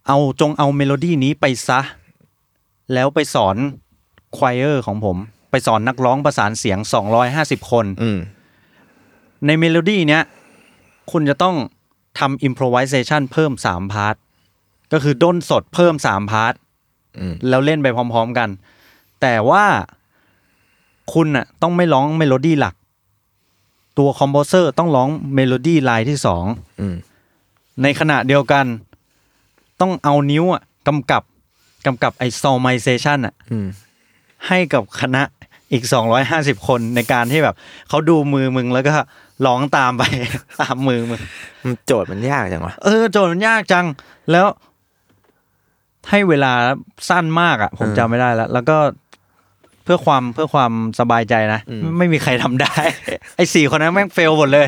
เอาจงเอาเมโลดี้นี้ไปซะ แล้วไปสอนควายเออร์ของผม ไปสอนนักร้องประสานเสียง 250 คน
อืม
ในเมโลดี้เนี้ยคุณจะต้องทำอิมพ o ไวเซชันเพิ่ม 3 พาร์ท ก็คือด้นสดเพิ่ม 3 พาร์ท
อืม
แล้วเล่นไปพร้อมๆกัน แต่ว่าคุณน่ะต้องไม่ร้องเมโลดี้หลัก ตัวคอมโพเซอร์ต้องร้องเมโลดี้ลายที่สอง
อืม
ในขณะเดียวกันต้องเอานิ้วอ่ะกำกับกำกับไอซอลไมเซชันอ่ะ
อืม
ให้กับคณะอีก 250 คนในการที่แบบ เขาดูมือมึงแล้วก็ ร้องตามไป [LAUGHS] ตามมือมึง
มันโจทย์มันยากจังวะ [LAUGHS]
เออโจทย์มันยากจัง แล้ว ให้เวลาสั้นมากอะ่ะ ผมจำไม่ได้แล้ว แล้วก็เพื่อความเพื่อความสบายใจนะ ไม่มีใครทำได้ [LAUGHS] ไอ้สี่คนนั้นแม่งเฟลหมดเลย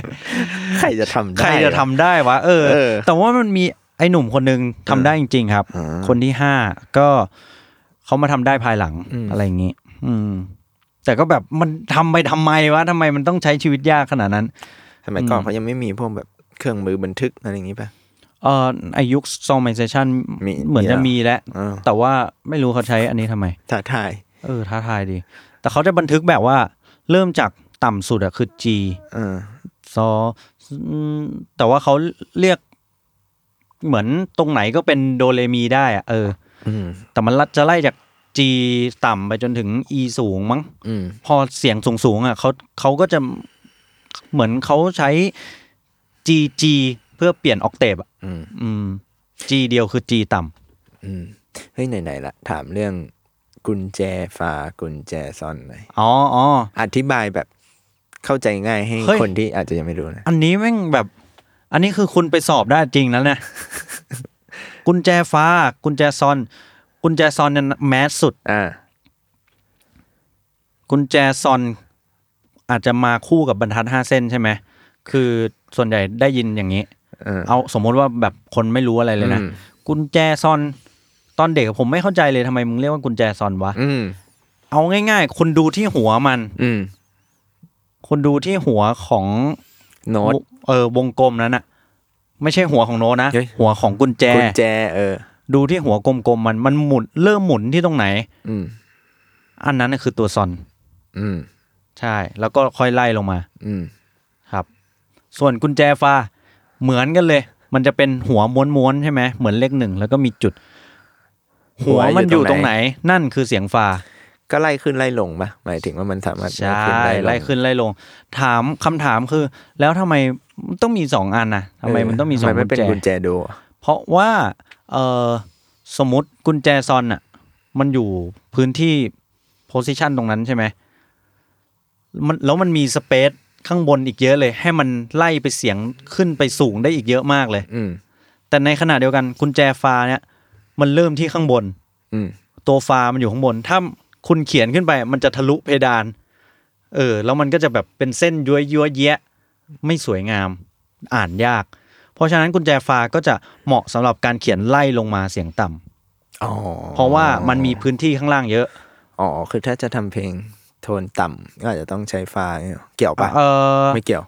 ใครจะทำได้
ใครจะทำได้วะเออ
เออ
แต่ว่ามันมีไอ้หนุ่มคนหนึ่งทำได้จริง ๆ ครับ
อ่า
คนที่ห้าก็เขามาทำได้ภายหลัง
อืม
อะไรอย่างงี้ อืม แต่ก็แบบมันทำไปทำไมวะทำไมมันต้องใช้ชีวิตยากขนาดนั้น
สมัยก่อน
อืม
เขายังไม่มีพวกแบบเครื่องมือบันทึกอะไรอย่างนี้ป่ะ
เอ่อไอายุคซองไมเซชัน
มี
เหมือนจะ
มี
มีแล้ว
อ่า
แต่ว่าไม่รู้เขาใช้อันนี้ทำไม
ท้าทาย
เออท้าทายดี แต่เขาจะบันทึกแบบว่า เริ่มจากต่ำสุดอะคือ G
เออ
ซออืมแต่ว่าเขาเรียกเหมือนตรงไหนก็เป็นโดเรมีได้อะเออ
อืม
แต่มันจะไล่จาก G ต่ำไปจนถึง E สูงมั้ง
อืม
พอเสียงสูงสูงๆอ่ะเขาเขาก็จะเหมือนเขาใช้ G G เพื่อเปลี่ยนออกเตปอ่ะ
อืม
อืม G เดียวคือ G ต่
อืมเฮ้ยไหนๆละถามเรื่องกุญแจฝากุญแจซ่อนหน่อย
ำอ๋ออ๋อ
อธิบายแบบเข้าใจง่ายให้
เฮ้ย
คนที่อาจจะยังไม่รู้นะ
อันนี้แม่งแบบ อันนี้คือคุณไปสอบได้จริง
[LAUGHS]
แล้วเนี่ย กุญแจฟ้า กุญแจซอน กุญแจซอนเนี่ยแมสสุด
อ่า
กุญแจซอน อาจจะมาคู่กับบรรทัดห้าเส้นใช่ไหม คือส่วนใหญ่ได้ยินอย่างนี้
เออ
เอาสมมติว่าแบบคนไม่รู้อะไรเลยนะ
อืม
กุญแจซอน ตอนเด็กผมไม่เข้าใจเลยทำไมมึงเรียกว่ากุญแจซอนวะ
อืม
เอาง่าย ๆ คุณดูที่หัวมัน
อืม
คุณดูที่หัวของ
โน้ต
เออวงกลมนั้นอะไม่ใช่หัวของโนตนะ
เฮ้ย
หัวของกุญแจ
กุญแจ เออ
ดูที่หัวกลมๆมันมันหมุนเริ่มหมุนที่ตรงไหน
อืม
อันนั้นน่ะคือตัวซอน
อืม
ใช่ แล้วก็ค่อยไล่ลงมา
อืม
ครับ ส่วนกุญแจฟ้าเหมือนกันเลย มันจะเป็นหัวม้วนๆใช่ไหมเหมือนเลขหนึ่งแล้วก็มีจุด
หั
หัว
ว
มันอ
อยู่
ยู่ต
ต
ร
รง ง
ไห
ไห
น
น
นั่นคือเสียงฟ้า
ก็ไล่ขึ้นไล่ลงปะหมายถึงว่ามันสามารถ
ใช่
ขึ้นไล่ลง
ไล่ขึ้นไล่ลง ถามคำถามคือ แล้วทำไมมันต้องมีสองอันนะทำไมมันต้องมีสอง
ทำ
กุญแจ
ไเป็นกุญแจดูอะ
เพราะว่าเออสมมติกุญแจซอนน่ะ มันอยู่พื้นที่โพสิชันตรงนั้นใช่ไหมมันแล้วมันมีสเปซข้างบนอีกเยอะเลย ให้มันไล่ไปเสียงขึ้นไปสูงได้อีกเยอะมากเลย
อืม
แต่ในขณะเดียวกันกุญแจฟ้าเนี่ย มันเริ่มที่ข้างบน
อืม
ตัวฟ้ามันอยู่ข้างบน ถ้าคุณเขียนขึ้นไป มันจะทะลุเพดาน เออ แล้วมันก็จะแบบเป็นเส้นย้วยย้วยๆแยะ ไม่สวยงาม อ่านยาก เพราะฉะนั้นกุญแจฟ้าก็จะเหมาะสำหรับการเขียนไล่ลงมาเสียงต่ำ
อ๋อ
เพราะว่ามันมีพื้นที่ข้างล่างเยอะ
อ๋อ คือถ้าจะทำเพลงโทนต่ำก็อาจจะต้องใช้ไฟล์เนี่ยเกี่ยวปะ
เออ
ไม่เกี่ยว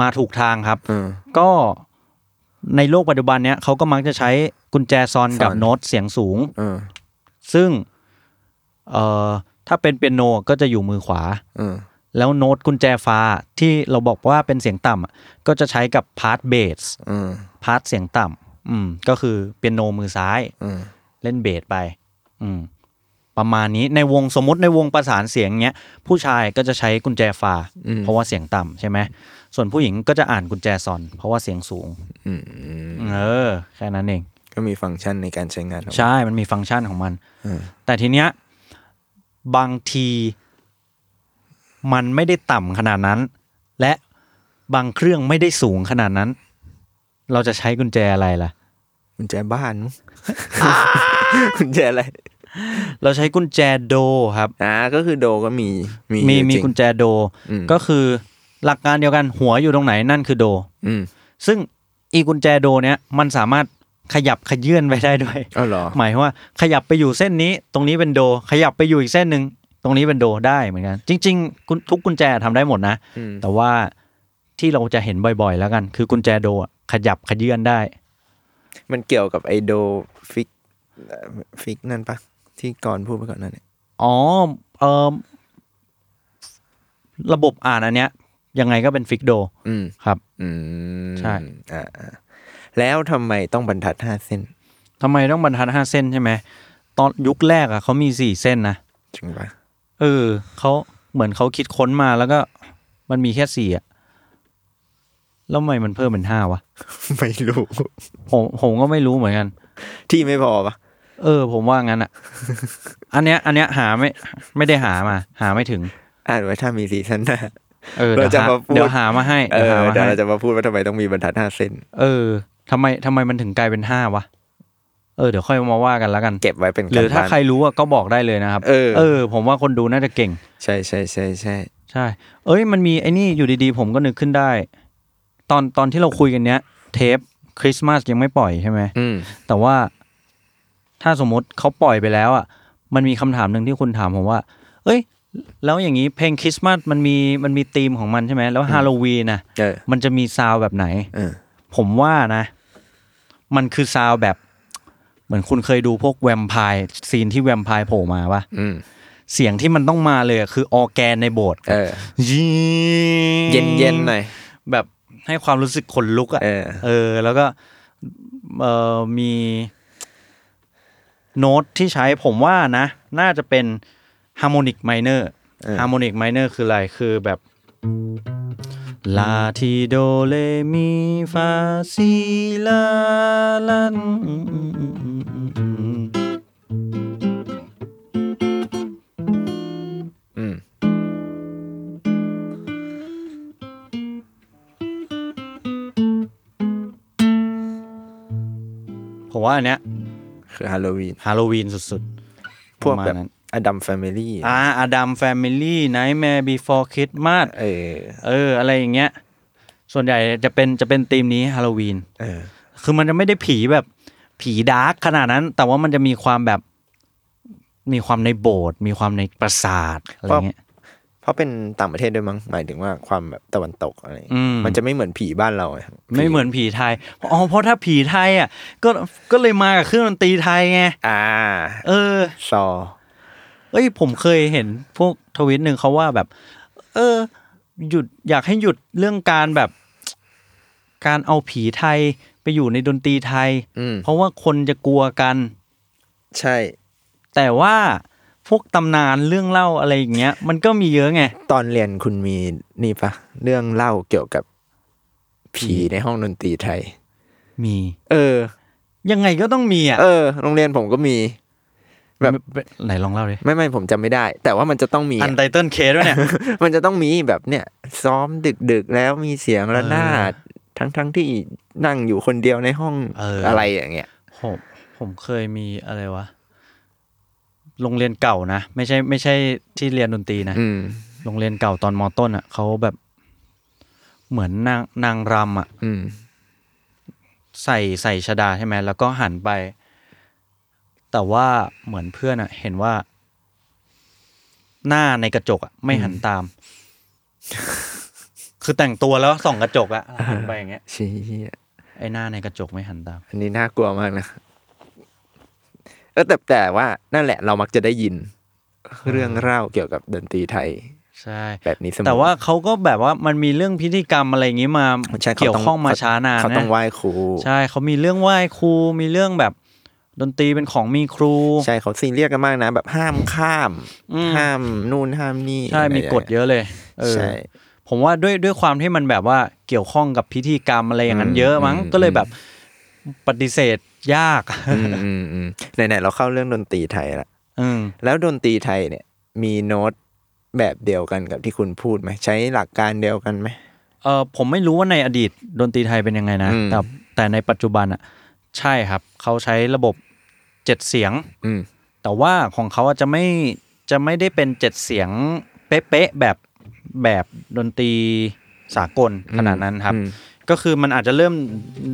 มาถูกทางครับ
อืม
ก็ในโลกปัจจุบันเนี้ยเขาก็มักจะใช้กุญแจซอนกับ
ซอน
โน้ตเสียงสูง
อืม
ซึ่งเอ่อถ้าเป็นเปียโนก็จะอยู่มือขวา
อืม
แล้วโน้ตกุญแจฟ้าที่เราบอกว่าเป็นเสียงต่ำอ่ะก็จะใช้กับพาร์ทเบส
อืม
พาร์ทเสียงต่ำอืมก็คือเปียโนมือซ้าย
อืม
เล่นเบสไป อืม ประมาณนี้ในวงสมมติในวงประสานเสียงเนี้ย ผู้ชายก็จะใช้กุญแจฟ้า
อืม
เพราะว่าเสียงต่ำใช่ไหมส่วนผู้หญิงก็จะอ่านกุญแจซอน เพราะว่าเสียงสูง
อืม
เออ แค่นั้นเอง
ก็มีฟังก์ชันในการใช้งานของมัน
ใช่ มันมีฟังก์ชันของมัน
อืม
แต่ทีเนี้ยบางทีมันไม่ได้ต่ำขนาดนั้น และบางเครื่องไม่ได้สูงขนาดนั้น เราจะใช้กุญแจอะไรล่ะ
กุญแจบ้านมั้งกุญแจอะไร
เราใช้กุญแจโดครับ
อ่า ก็คือโดก็มี มี
มี
อยู่
มี
จริง
กุญแจโด
อืม
ก็คือหลักการเดียวกันหัวอยู่ตรงไหนนั่นคือโด
อืม
ซึ่งอีกุญแจโดเนี้ยมันสามารถขยับขยื่นไปได้ด้วย
เอ๋อเหรอ
หมายความว่าขยับไปอยู่เส้นนี้ ตรงนี้เป็นโด ขยับไปอยู่อีกเส้นหนึ่งตรงนี้เป็นโดได้เหมือนกัน จริงๆกุญทุกกุญแจทำได้หมดนะ
อืม
แต่ว่าที่เราจะเห็นบ่อยๆ แล้วกัน คือกุญแจโดอะขยับขยื่นได้
มันเกี่ยวกับไอโดฟิกเอ่อฟิกนั่นปะที่ก่อนพูดไปก่อนนั่นเนี่ย
อ๋อเออระบบอ่านอันเนี้ย ยังไงก็เป็นฟิกโด
อืม
ครับ
อืม
ใช่
อ่าๆแล้วทำไมต้องบรรทัดห้าเส้น
ทำไมต้องบรรทัดห้าเส้นใช่ไหมตอนยุคแรกอะเขามีสี่เส้นนะ
จริง
[LAUGHS]
ปะ
เออเขาเหมือนเขาคิดค้นมาแล้วก็มันมีแค่สี่อะแล้วทำไมมันเพิ่มเป็นห้าวะ
ไม่รู้
ผมผมก็ไม่รู้เหมือนกัน
[LAUGHS] ที่ไม่พอปะ
เออ ผมว่างั้น
[LAUGHS]
อ่ะ อันเนี้ย อันเนี้ยหาไม่ไม่ได้หามา หาไม่ถึง
อ่านไว้ถ้ามีซีซั่นหน้า
เออ
เรา
เดี๋ยว
จะ
หา
มาพูด
เดี๋ยวหามาให้
เอ
เดี๋ย
อ
วหามา
เดี๋ยว
ให้
เราจะมาพูดว่าทำไมต้องมีบรรทัดห้าเส้น
เออทำไมทำไมมันถึงกลายเป็นห้าวะเออเดี๋ยวค่อยมาว่ากันแล้วกัน
เก็บไว้เป็น
หรือถ้าใคร
กบ้น
รู้อะก็บอกได้เลยนะครับ
เออ
ผมว่าคนดูน่าจะเก่ง
ใช่ใช่ใช่ใช่
ใช่ เอ้ย มันมีไอ้นี่อยู่ดีๆ ผมก็นึกขึ้นได้ ตอนตอนที่เราคุยกันเนี้ย เทปคริสต์มาสยังไม่ปล่อยใช่ไหม
อืม
แต่ว่าถ้าสมมติเขาปล่อยไปแล้วอ่ะ มันมีคำถามหนึ่งที่คุณถามผมว่า เอ้ย แล้วอย่างนี้เพลงคริสต์มาสมันมีมันมีธีมของมันใช่ไหม แล้วฮาโลวีนน่ะ
เออ
มันจะมีซาวด์แบบไหน
เออ
ผมว่านะ มันคือซาวด์แบบ เหมือนคุณเคยดูพวกแวมไพร์ซีนที่แวมไพร์โผล่มาปะ
อืม
เสียงที่มันต้องมาเลยอะคือออร์แกนในโบสถ์
เออ
ยิง
เย็นเย็นๆหน่อย
แบบให้ความรู้สึกขนลุกอะ
เออ
เออ แล้วก็เออมีโน้ตที่ใช้ผมว่านะ น่าจะเป็นฮาร์โมนิกไมเนอร์
เออ
ฮาร์โมนิกไมเนอร์คืออะไรคือแบบลาทีโดเลมีฟาซีลาลัน
อืม
ผมว่าอันเนี้ย
คือฮาโลวีน
ฮาโลวีนสุด
พวกแบ
ประ
บ
มาณนั้น
อดัมแฟมิลี่
ๆ อ่าอดัมแฟมิลี่ไนท์แมร์บีฟอร์คิดมาส
เออ
เออ อะไรอย่างเงี้ย ส่วนใหญ่จะเป็นจะเป็นธีมนี้ฮาโลวีน
เออ
คือมันจะไม่ได้ผีแบบผีดาร์กขนาดนั้น แต่ว่ามันจะมีความแบบ มีความในโบสถ์มีความในปราสาทอะไรเงี้ย
เพราะเป็นต่างประเทศด้วยมั้ง หมายถึงว่าความแบบตะวันตกอะไร
อืม
มันจะไม่เหมือนผีบ้านเราอะ
ไม่เหมือนผีไทย อ๋อ เพราะถ้าผีไทยอ่ะ ก็ก็เลยมากับเครื่องดนตรีไทยไง
อ่า
เออ
ซอ
เอ้ยผมเคยเห็นพวกทวิตหนึ่งเขาว่าแบบ เออ หยุดอยากให้หยุดเรื่องการแบบ การเอาผีไทยไปอยู่ในดนตรีไทย
อืม
เพราะว่าคนจะกลัวกัน
ใช่
แต่ว่าพวกตำนานเรื่องเล่าอะไรอย่างเงี้ย มันก็มีเยอะไง
ตอนเรียนคุณมีนี่ปะ เรื่องเล่าเกี่ยวกับผีในห้องดนตรีไทย
มี
เออ
ยังไงก็ต้องมีอ่ะ
เออ โรงเรียนผมก็มี แบบ
ไหนลองเล่าเลย
ไม่ไม่ผมจำไม่ได้ แต่ว่ามันจะต้องมี
อัน
อะ
ไตเติลเคสด้วยเนี่ย
มันจะต้องมีแบบเนี่ย ซ้อมดึกดึกๆแล้วมีเสียงระนาดทั้งทั้งที่นั่งอยู่คนเดียวในห้อง
เอออ
อะไรอย่างเงี้ย
ผมผมเคยมีอะไรวะโรงเรียนเก่านะไม่ใช่ไม่ใช่ที่เรียนดนตรีนะ
อืม
โรงเรียนเก่าตอนมอต้นอ่ะเขาแบบเหมือนนางนางรำอ่ะ
อืม
ใส่ใส่ชดาใช่ไหมแล้วก็หันไป แต่ว่าเหมือนเพื่อนอ่ะ เห็นว่า หน้าในกระจกอ่ะ ไม่หันตาม คือแต่งตัวแล้วส่องกระจกอ่ะหันไปอย่างเงี้ย
ชี้ย
ไอ้หน้าในกระจกไม่หันตาม
อันนี้น่ากลัวมากนะเออแต่แต่ว่านั่นแหละเรามักจะได้ยิน เรื่องเล่าเกี่ยวกับดนตรีไทย
ใช่
แบบนี้เสมอ
แต่ว่าเขาก็แบบว่ามันมีเรื่องพิธีกรรมอะไรอย่างงี้มา
ใช่ขา
เกี่ยว
ต้
ข้องมาช้านาน
เขา
นะ
ต้องไหว้ครู
ใช่เขามีเรื่องไหว้ครูมีเรื่องแบบ ดนตรีเป็นของมีครู
ใช่เขาซีเรียสกันมากนะ แบบห้ามข้าม
อืม
ห้ามนู่นห้ามนี่
ใช่
อะไร
มีกฎเยอะเลย เออ
ใช่
ผมว่าด้วยด้วยความที่มันแบบว่าเกี่ยวข้องกับพิธีกรรมอะไรอย่างนั้นเยอะมั้ง
อืม
ก็เลยแบบปฏิเสธยาก
อืมอืมอืมไหนๆเราเข้าเรื่องดนตรีไทยละ
อืม
แล้วดนตรีไทยเนี่ย มีโน้ตแบบเดียวกันกับที่คุณพูดไหมใช้หลักการเดียวกันไหม
เออผมไม่รู้ว่าในอดีตดนตรีไทยเป็นยังไงนะ
อืม
แต่แต่ในปัจจุบันอ่ะ ใช่ครับ เขาใช้ระบบเจ็ดเสียง
อืม
แต่ว่าของเขาอะจะไม่จะไม่ได้เป็นเจ็ดเสียงเป๊ะๆแบบแบบดนตรีสากลขนาดนั้นครับ
อืม
ก็คือมันอาจจะเริ่ม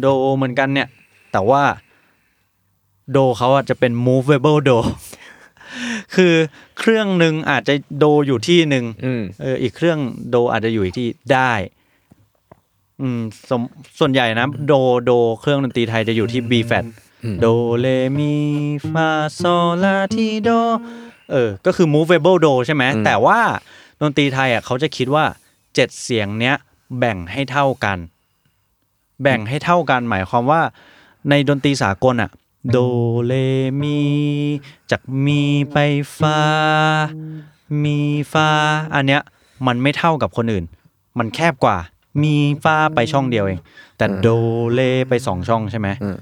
โดเหมือนกันเนี่ย แต่ว่าโดเขาอะจะเป็น movable do [LAUGHS] คือเครื่องหนึ่งอาจจะโดอยู่ที่หนึ่ง
อืม
เอออีกเครื่องโดอาจจะอยู่อีกที่ได้ อืมสมส่วนใหญ่นะ โดโดเครื่องดนตรีไทยจะอยู่ที่ B flat โดเลมีฟาโซลาทีโดเออ ก็คือ movable do ใช่ไหม
อืม
แต่ว่าดนตรีไทยอ่ะเขาจะคิดว่าเจ็ดเสียงเนี้ย แบ่งให้เท่ากัน แบ่งให้เท่ากันหมายความว่า ในดนตรีสากลอ่ะ โดเลมีจากมีไปฟามีฟาอันเนี้ย มันไม่เท่ากับคนอื่น มันแคบกว่า มีฟาไปช่องเดียวเอง แต่โดเลไปสองช่องใช่ไหม
อืม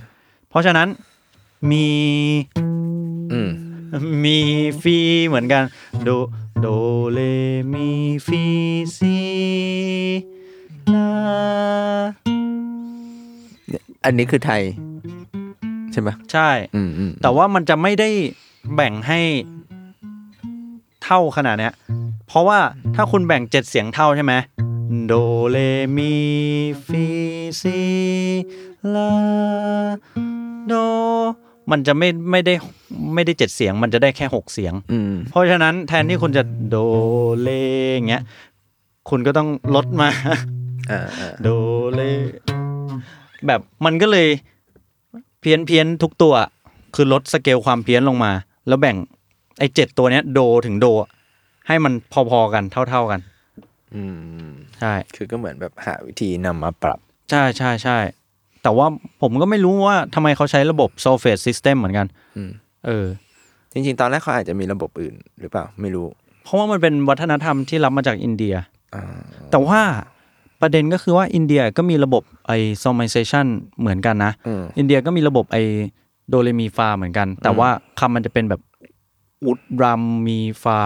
เพราะฉะนั้นมี
อืม
มีฟีเหมือนกันโดโดเลมีฟีซีลา
อันนี้คือไทย ใช่ไหม
ใช่
อืมอืม
แต่ว่ามันจะไม่ได้แบ่งให้เท่าขนาดเนี้ย เพราะว่าถ้าคุณแบ่งเจ็ดเสียงเท่าใช่ไหมโดเลมีฟีซีลาโดมันจะไม่ไม่ได้ไม่ได้เจ็ดเสียง มันจะได้แค่หกเสียง
อืม
เพราะฉะนั้นแทนที่คุณจะโดเลอย่างเงี้ยคุณก็ต้องลดมา
อ่าอ่า
โดเลแบบมันก็เลยเพี้ยนเพี้ยนทุกตัว คือลดสเกลความเพี้ยนลงมา แล้วแบ่งไอ้เจ็ดตัวเนี้ยโดถึงโด ให้มันพอๆกันเท่าๆกัน
อืม
ใช่
คือก็เหมือนแบบหาวิธีนำมาปรับ
ใช่ใช่ใช่แต่ว่าผมก็ไม่รู้ว่าทำไมเขาใช้ระบบ solfege system เหมือนกัน
อืม
เออ
จริง ๆ ตอนแรกเขาอาจจะมีระบบอื่น หรือเปล่า ไม่รู้
เพราะว่ามันเป็นวัฒนธรรมที่รับมาจากอินเดีย
อ่า
แต่ว่าประเด็นก็คือว่าอินเดียก็มีระบบไอ solmization เหมือนกันนะ
อืม
อินเดียก็มีระบบไอโดเรมีฟาเหมือนกัน แต่ว่าคำมันจะเป็นแบบอุดรัมมีฟา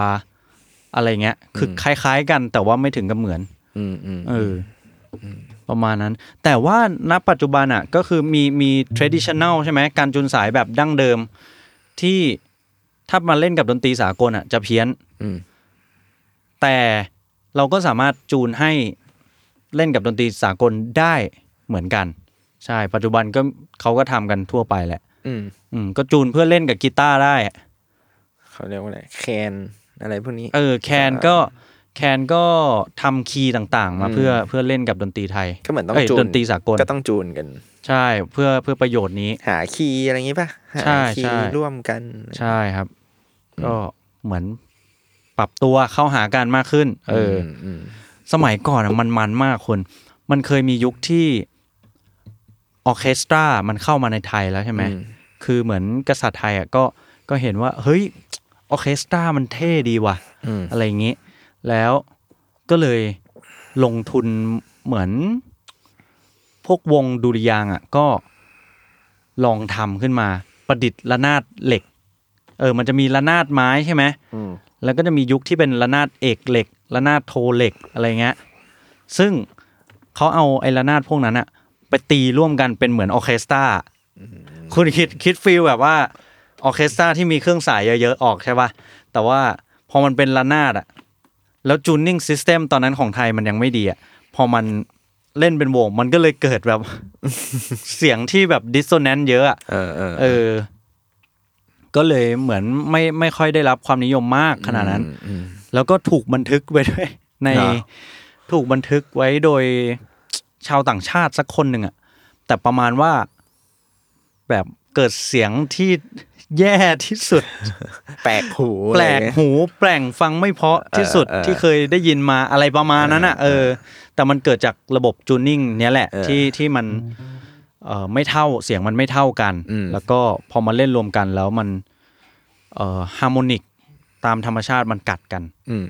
อะไรเงี้ย คืออ
ม
คล้ายๆกันแต่ว่าไม่ถึงกับเหมือน
อืมอืม
เอออประมาณนั้น แต่ว่าณปัจจุบันอ่ะ ก็คือมีมี traditional ใช่ไหมการจุนสายแบบดั้งเดิม ที่ถ้ามาเล่นกับดนตรีสากลอ่ะ จะเพี้ยน
อืม
แต่เราก็สามารถจูนให้เล่นกับดนตรีสากลได้เหมือนกัน ใช่ปัจจุบันก็เขาก็ทำกันทั่วไปแหละ
อืม
อืมก็จูนเพื่อเล่นกับกีตาร์ได้
เขาเรียกว่าอะไรแคนอะไรพวกนี้
เออแคนก็แคนก็ทำคีย์ต่างๆ มา
อืม
เพื่อเพื่อเล่นกับดนตรีไทย
ก็เหมือนต้อง
เอ้ย
จู
ด
น
นตรีสากล
ก็ต้องจูนกัน
ใช่เพื่อเพื่อประโยชน์นี้
หาคีย์อะไรอย่างงี้ป่ะหา
ใช่
คี
ใช่
ย์ร่วมกัน
ใช่ครับ ก็เหมือนปรับตัวเข้าหากันมากขึ้น เอออ
มอืม
สมัยก่อนอะมันมันมากคน มันเคยมียุคที่ออร์เคสตรา มันเข้ามาในไทยแล้วใช่ไหม
อืม
คือเหมือนกษัตริย์ไทยอ่ะก็ก็เห็นว่า เฮ้ยออร์เคสตรามันเท่ดีว่ะ
อืม
อะไรอย่างงี้ แล้วก็เลยลงทุนเหมือน พวกวงดุริยางค์อ่ะก็ลองทำขึ้นมา ประดิษฐ์ระนาดเหล็ก เออ มันจะมีระนาดไม้ใช่ไหม
อืม
แล้วก็จะมียุคที่เป็นระนาดเอกเหล็กระนาดโทเหล็กอะไรเงี้ย ซึ่งเขาเอาไอ้ระนาดพวกนั้นอะไปตีร่วมกันเป็นเหมือนออร์เคสตรา คุณคิดคิดฟีลแบบว่าออร์เคสตราที่มีเครื่องสายเยอะๆออกใช่ปะแต่ว่าพอมันเป็นระนาดอะแล้วจูนนิ่งซิสเต็มตอนนั้นของไทยมันยังไม่ดีอะพอมันเล่นเป็นวงมันก็เลยเกิดแบบ [LAUGHS] เสียงที่แบบดิสโซแนนซ์เยอะอะ
เออเออ
เออ ก็เลยเหมือนไม่ไม่ค่อยได้รับความนิยมมากขนาดนั้น
อืม
แล้วก็ถูกบันทึกไว้ด้วย ใน
เหรอ
ถูกบันทึกไว้โดยชาวต่างชาติสักคนหนึ่งอะแต่ประมาณว่าแบบเกิดเสียงที่แย่ที่สุด
แปลกหู
แปลก
อะไรเงี้ย
หูแปลงฟังไม่เพราะที่สุด
เออเออ
ที่เคยได้ยินมาอะไรประมาณนั้นอ่ะเออ แต่มันเกิดจากระบบจูนนิ่งเนี้ยแหละ
เออ
ที่ที่มันเออไม่เท่าเสียงมันไม่เท่ากัน
อืม
แล้วก็พอมาเล่นรวมกันแล้วมันเออฮาร์โมนิกตามธรรมชาติมันกัดกัน
อืม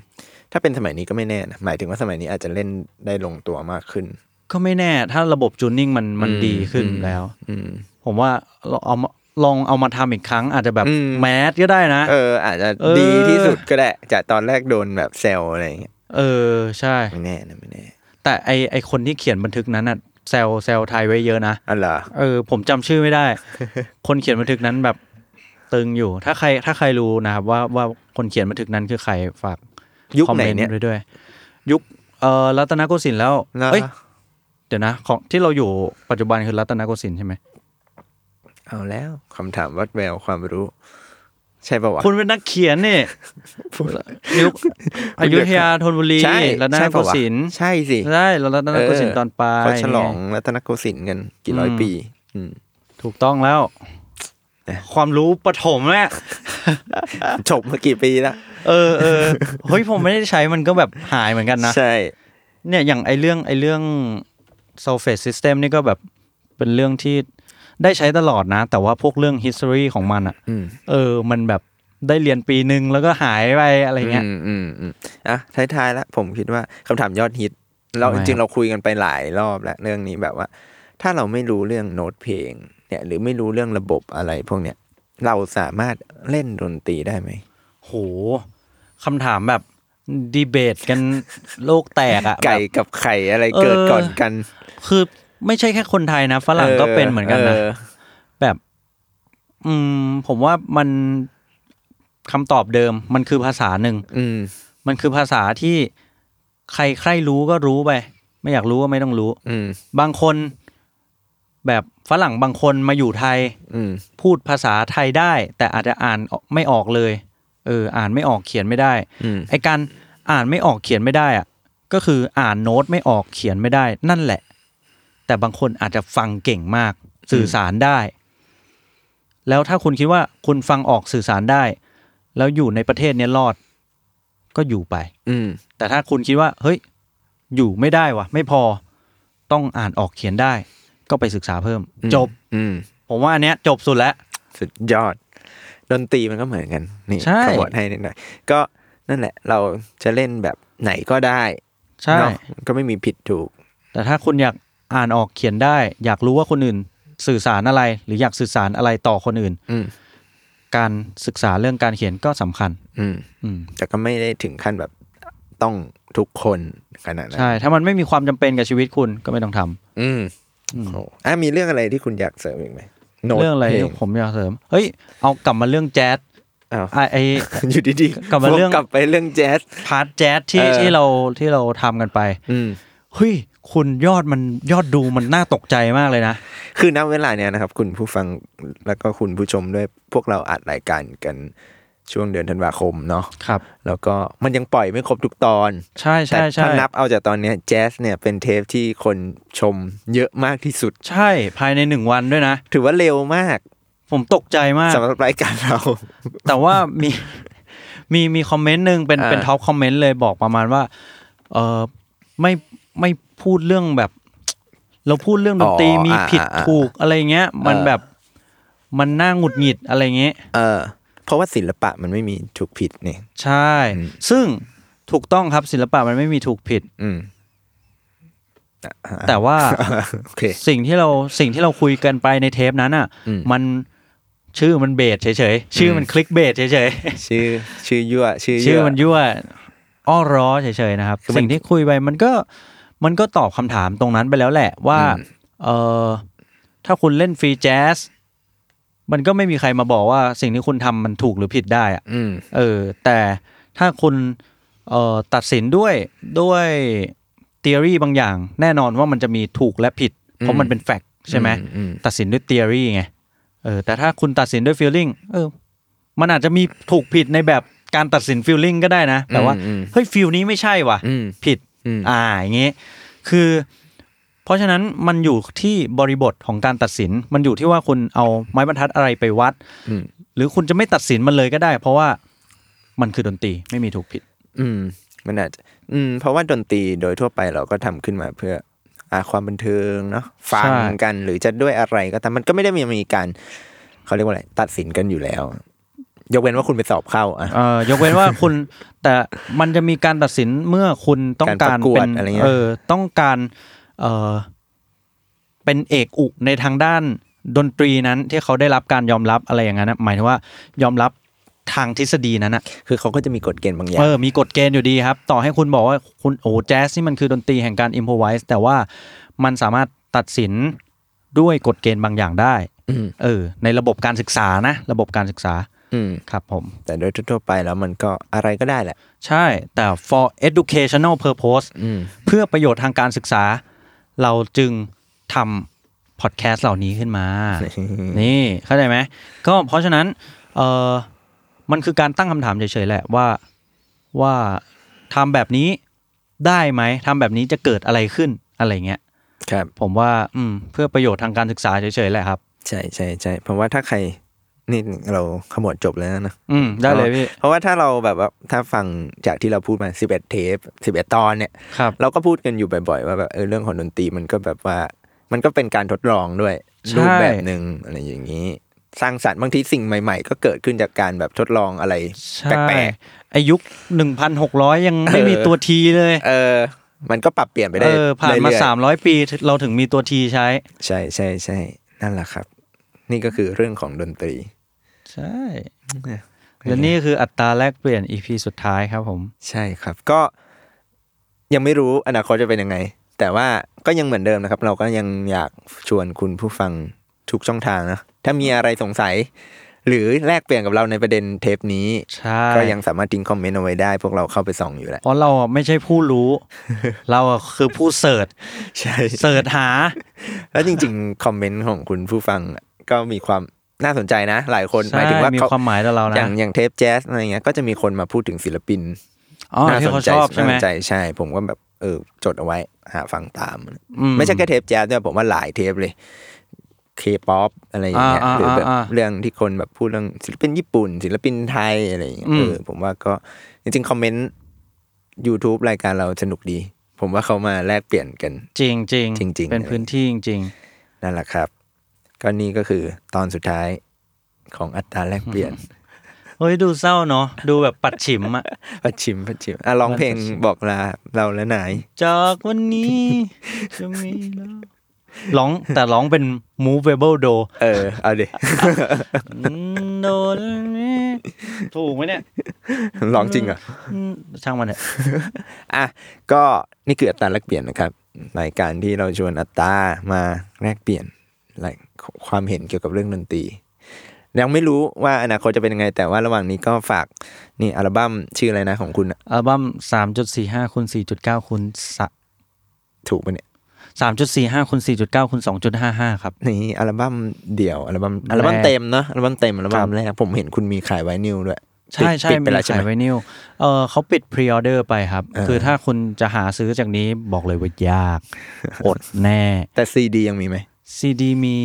ถ้าเป็นสมัยนี้ก็ไม่แน่นะหมายถึงว่าสมัยนี้อาจจะเล่นได้ลงตัวมากขึ้น
ก็ไม่แน่ถ้าระบบจูนนิ่งมันมัน
อืม
ดีขึ้น
อืม
แล้ว
อืม
ผมว่าเราเอามาลองเอามาทำอีกครั้ง อาจจะแบบ
อืม
แมสก็ได้นะ
เออ อาจจะ
เออ
ดีที่สุดก็ได้จากตอนแรกโดนแบบเซลอะไรอย่างเงี้ย
เออใช่
ไม่แน่นะไม่แน่
แต่ไอไอคนที่เขียนบันทึกนั้นอ่ะแซลแซลไทยไว้เยอะนะ
อันเหรอ
เออผมจำชื่อไม่ได้ [LAUGHS] คนเขียนบันทึกนั้นแบบตึงอยู่ ถ้าใครถ้าใครรู้นะครับ ว่าว่าคนเขียนบันทึกนั้นคือใครฝาก
ยุค
คอม
ไหน
เมน
เนี่ย
ต์ด้วยด้วย ยุคเอ่อรัตนโกสินทร์แล้ว
แล้ว
เอ้ยเดี๋ยวนะของที่เราอยู่ปัจจุบันคือรัตนโกสินทร์ใช่ไหม
เอาแล้วคำถามวัดแววความรู้ ใช่ปะวะ
คุณเป็นนักเขียน
[LAUGHS]
นี่ยุคอยุธยาธนบุรี
ใช่
รัตน
ใช่
โก
ปะวะ
สินทร์
ใช่สิ
ใช่รัตนโกสินทร์ตอนปลาย
เขาฉลองรัตนโกสินทร์กันกี่ร้อย
อืม
ปี อืม
ถูกต้องแล้ว
นะ
ความรู้ปฐมเนี่ย
จบมากี่ปีแล้ว
เออเออเฮ้ยผมไม่ได้ใช้มันก็แบบหายเหมือนกันนะ
ใช่
เนี่ยอย่างไอเรื่องไอเรื่อง surface system นี่ก็แบบเป็นเรื่องที่ได้ใช้ตลอดนะ แต่ว่าพวกเรื่อง history ของมันอะ่ะ
อืม
เออ มันแบบได้เรียนปีหนึ่งแล้วก็หายไปอะไรเงี้ย
อืมอืมอืมอ่ะท้ายๆแล้วผมคิดว่าคำถามยอดฮิต เราจ
ทำไมครับ
ริงๆเราคุยกันไปหลายรอบแล้วเรื่องนี้แบบว่า ถ้าเราไม่รู้เรื่องโน้ตเพลง เนี่ย หรือไม่รู้เรื่องระบบอะไรพวกเนี้ย เราสามารถเล่นดนตรีได้ไหม
โหคำถามแบบดีเบตกัน โลกแตกอะ
ไก่
แบบ
กับไข่อะไร
เออ
เกิดก่อนกัน
คือไม่ใช่แค่คนไทยนะ ฝรั่งก็เป็นเหมือนกันนะ แบบ อืม ผมว่ามันคำตอบเดิม มันคือภาษาหนึ่ง
อืม
มันคือภาษาที่ใครใครรู้ก็รู้ไป ไม่อยากรู้ก็ไม่ต้องรู้
อืม
บางคนแบบฝรั่งบางคนมาอยู่ไทย
อืม
พูดภาษาไทยได้ แต่อาจจะอ่านไม่ออกเลย เออ อ่านไม่ออกเขียนไม่ได้
อืม
ไอการอ่านไม่ออกเขียนไม่ได้อะก็คืออ่านโน้ตไม่ออกเขียนไม่ได้ นั่นแหละ แต่บางคนอาจจะฟังเก่งมาก สื่อสารได้ แล้วถ้าคุณคิดว่าคุณฟังออกสื่อสารได้ แล้วอยู่ในประเทศเนี้ยรอด ก็อยู่ไป
อืม
แต่ถ้าคุณคิดว่า เฮ้ย อยู่ไม่ได้วะไม่พอต้องอ่านออกเขียนได้ ก็ไปศึกษาเพิ่ม จบ
อืม
ผมว่าอันเนี้ยจบสุดแล้ว
สุดยอด ดนตรีมันก็เหมือนกัน นี่
ใช่
ขบวนให้นิดหน่อย ก็นั่นแหละ เราจะเล่นแบบไหนก็ได้
ใช่
เนาะก็ไม่มีผิดถูก
แต่ถ้าคุณอยากอ่านออกเขียนได้ อยากรู้ว่าคนอื่นสื่อสารอะไร หรืออยากสื่อสารอะไรต่อคนอื่น
อืม
การศึกษาเรื่องการเขียนก็สำคัญ
อืม
อืม
แต่ก็ไม่ได้ถึงขั้นแบบต้องทุกคนขนาดนั้น
ใช่ ถ้ามันไม่มีความจำเป็นกับชีวิตคุณก็ไม่ต้องทำ
อืม
อืม
โอ้อ่ะมีเรื่องอะไรที่คุณอยากเสริมอีกไหมโน้ต
เรื่องอะไร
พล
ที่ผมอยากเสริม เฮ้ย เอากลับมาเรื่องแจ๊ส
อ้าว [LAUGHS]
อ่ะไอ
อยู่ดี
กลับมาเรื่อง
โฟกลับไปเรื่องแจ๊ส
พาร์ทแจ๊สที่
เออ
ที่เราที่เราทำกันไป
อืม
เฮ้ย คุณยอดมันยอดดูมันน่าตกใจมากเลยนะ
คือณเวลาเนี้ยนะครับ คุณผู้ฟังแล้วก็คุณผู้ชมด้วยพวกเราอัดรายการกันช่วงเดือนธันวาคมเนาะ
ครับ
แล้วก็มันยังปล่อยไม่ครบทุกตอน
ใช่
แต่
ใช่ใช่
ถ้านับเอาจากตอนเนี้ยแจ๊สเนี่ยเป็นเทปที่คนชมเยอะมากที่สุด
ใช่ภายในหนึ่งวันด้วยนะ
ถือว่าเร็วมาก
ผมตกใจมาก
สำหรับรายการเรา
แต่ว่า [LAUGHS] มีมีมีคอมเมนต์หนึ่งเป็น
อ่า
เป็นท็อปคอมเมนต์เลยบอกประมาณว่า เออไม่ไม่พูดเรื่องแบบ เราพูดเรื่องดนตรีมีผิดถูกอะไรเงี้ย มันแบบมันน่าหงุดหงิดอะไรเงี้ย
เออ เพราะว่าศิลปะมันไม่มีถูกผิดเนี่ย
ใช่
อืม
ซึ่งถูกต้องครับศิลปะมันไม่มีถูกผิด
อืม [LAUGHS]
แต่ว่า
โอเค
สิ่งที่เราสิ่งที่เราคุยกันไปในเทปนั้นอ่ะ
อืม
มันชื่อมันเบสเฉยๆชื่อมันคลิกเบสเฉยๆ
ชื่อชื่อยั่วชื่อ
ชื่อมัน
ยั่ว
ยั่วอ้อร้อเฉยๆนะครับ
คือมัน
สิ่งที่คุยไปมันก็มันก็ตอบคำถามตรงนั้นไปแล้วแหละว่า
อืม
เออถ้าคุณเล่นฟรีแจ๊สมันก็ไม่มีใครมาบอกว่าสิ่งที่คุณทำมันถูกหรือผิดได้อะ
อืม
เออ แต่ถ้าคุณเอ่อตัดสินด้วยด้วยทฤษฎีบางอย่าง แน่นอนว่ามันจะมีถูกและผิด เพ
อื
ราะ
ม
มันเป็นแฟกต์ใช่ไหม
อือืม
ตัดสินด้วย theory ไง เออ แต่ถ้าคุณตัดสินด้วย feeling เออ มันอาจจะมีถูกผิดในแบบการตัดสิน feeling ก็ได้นะ แต่ว่า
อืมอืม
เฮ้ย feel นี้ไม่ใช่ว่ะ
อืม
ผิด
อืม
อ่า อย่างเงี้ยคือ เพราะฉะนั้นมันอยู่ที่บริบทของการตัดสิน มันอยู่ที่ว่าคุณเอาไม้บรรทัดอะไรไปวัด
อืม
หรือคุณจะไม่ตัดสินมันเลยก็ได้ เพราะว่ามันคือดนตรีไม่มีถูกผิด
อืมมันอาจจะอืมเพราะว่าดนตรีโดยทั่วไปเราก็ทำขึ้นมาเพื่ออาความบันเทิงเนาะฟัง
ใช่
กันหรือจะด้วยอะไรก็ตามมันก็ไม่ได้มีมีการเขาเรียกว่าอะไรตัดสินกันอยู่แล้ว ยกเว้นว่าคุณไปสอบเข้าอ่ะ
เอ่อยกเว้นว่าคุณ แต่มันจะมีการตัดสินเมื่อคุณต้อง
กา
การ ร
ประกวด
เป็น
อะไรเงี้ย
เออต้องการเออเป็นเอกอุในทางด้านดนตรีนั้นที่เขาได้รับการยอมรับอะไรอย่างนั้นนะหมายถึงว่ายอมรับทางทฤษฎีนั้นนะ
คือเขาก็จะมีกฎเกณฑ์บางอย่า
เอง อมีกฎเกณฑ์อยู่ดีครับ ต่อให้คุณบอกว่าคุณโอ้แจ๊สนี่มันคือดนตรีแห่งการอิมพอไวส์แต่ว่ามันสามารถตัดสินด้วยกฎเกณฑ์บางอย่างได้
อืม
เออในระบบการศึกษานะ ระบบการศึกษา
อืม
ครับผม
แต่โดยทั่วๆไปแล้วมันก็อะไรก็ได้แหละ
ใช่ แต่ for educational purpose
อืม
เพื่อประโยชน์ทางการศึกษา เราจึงทำพอดแคสต์เหล่านี้ขึ้นมา นี่เข้าใจไหม ก็เพราะฉะนั้นเออมันคือการตั้งคำถามเฉยๆแหละว่าว่าทำแบบนี้ได้ไหมทำแบบนี้จะเกิดอะไรขึ้นอะไรเงี้ย
ครับ
ผมว่าอืมเพื่อประโยชน์ทางการศึกษาเฉยๆแหละครับ
ใช่ใช่ใช่เพราะว่าถ้าใครนี่เราขมวดจบแล้วนะ
อืมได้เลยพี่
เพราะว่าถ้าเราแบบว่าถ้าฟังจากที่เราพูดมาสิบเอ็ดเทปสิบเอ็ดตอนเนี่ย
ครับ
เราก็พูดกันอยู่บ่อยๆ ว่าแบบเออเรื่องของดนตรีมันก็แบบว่า มันก็เป็นการทดลองด้วย
ใช่
รูปแบบหนึ่งอะไรอย่างนี้ สร้างสรรค์บางทีสิ่งใหม่ๆ ก็เกิดขึ้นจากการแบบทดลองอะไร
ใช่
แปลก
ไอายุหนึ่งพันหกร้อยยังไม่มีตัวทีเลย
ๆเออ มันก็ปรับเปลี่ยนไปได้
เออผ่านมา
เรื่อยๆ
สามร้อยปีเราถึงมีตัวทีใช้
ใช่ใช่ใช่นั่นแหละครับ นี่ก็คือเรื่องของดนตรี
ใช่ และนี่คืออัตราแลกเปลี่ยน EP สุดท้ายครับผม
ใช่ครับ ก็ยังไม่รู้อนาคตจะเป็นยังไง แต่ว่าก็ยังเหมือนเดิมนะครับ เราก็ยังอยากชวนคุณผู้ฟังทุกช่องทางนะ ถ้ามีอะไรสงสัย หรือแลกเปลี่ยนกับเราในประเด็นเทปนี้
ใช่
ก็ยังสามารถทิ้งคอมเมนต์เอาไว้ได้ พวกเราเข้าไปส่องอยู่แหละ
เพราะเราอะไม่ใช่ผู้รู้
[LAUGHS]
เราอะคือผู้เสิร์ช
ใช่
เสิร์ชหา
แล้วจริงๆ คอมเมนต์ของคุณผู้ฟังก็มีความน่าสนใจนะ หลายคน
ใช่
หมายถึงว่า
มี
เข
ความหมายต่อเรานะ
อย่างอย่างเทปแจ๊สอะไรเงี้ยก็จะมีคนมาพูดถึงศิลปิน
อ๋อ
น่า
ที่
สน
เขา
ใจ
ชอบใช่ไหม
น่าสนใจใช่ ผมก็แบบเออจดเอาไว้หาฟังตาม
อื
ไม่ใช่แค่เทปแจ๊สด้วยผมว่าหลายเทปเลยเคป๊อปอะไรอย่างเงี้ย
อ่า
หรือแบบ
อ่าอ่า
เรื่องที่คนแบบพูดเรื่องศิลปินญี่ปุ่น ศิลปินไทยอะไรอย่างเงี้ย
อืม
เออผมว่าก็จริงๆ คอมเมนต์ YouTube รายการเราสนุกดี ผมว่าเขามาแลกเปลี่ยนกัน
จริงจริง
จริงๆ
เป็นพื้นที่จริง
นั่นแหละครับ ก็นี่ก็คือตอนสุดท้ายของอัตราแลกเป
[LAUGHS]
ลี่ยน
ๆ เฮ้ยดูเศร้าเนาะดูแบบปัดฉิมอะ
ประชิมประชิมอ่ะร้องเพลง
มันประชิม
บอกลาเราและนาย
จากวันนี้
[LAUGHS]
จะมีแล้วร้องแต่ร้องเป็น movable do
เออ เอาดิ
โดนถูกไหมเนี่ย
ร้องจริงเหรอ่ะ
อืมช่างมันเนี่ย
อ่ะ ก็นี่คืออัตราแลกเปลี่ยนนะครับรายการที่เราชวนอัตรามาแลกเปลี่ยนแลกความเห็นเกี่ยวกับเรื่องดนตรี ยังไม่รู้ว่าอนาคตจะเป็นยังไง แต่ว่าระหว่างนี้ก็ฝากนี่อัลบั้มชื่ออะไรนะของคุณอะ
อัลบั้มสามจุดสี่ห้าคูณสี่จุดเก้าคูณสะ
ถูกปะเนี่ย
สามจุดสี่ห้าคูณสี่จุดเก้าคูณสองจุดห้าห้าครับ
นี่อัลบั้มเดี่ยวอัลบั้มอัลบั้มเต็มเนอะอัลบั้มเต็มอัลบั้มแรกผมเห็นคุณมีขายไวนิลด้วย
ใช่ใช่
ปิดไปแล้วใช่
ขาย
ไหม
ไวนิลเออเขาปิดพรีออเดอร์ไปครับ
เออ
คือถ้าคุณจะหาซื้อจากนี้บอกเลยว่า
[LAUGHS]
ยาก อดแน่
แต่ซีดียังมีไหม
ซีดีมี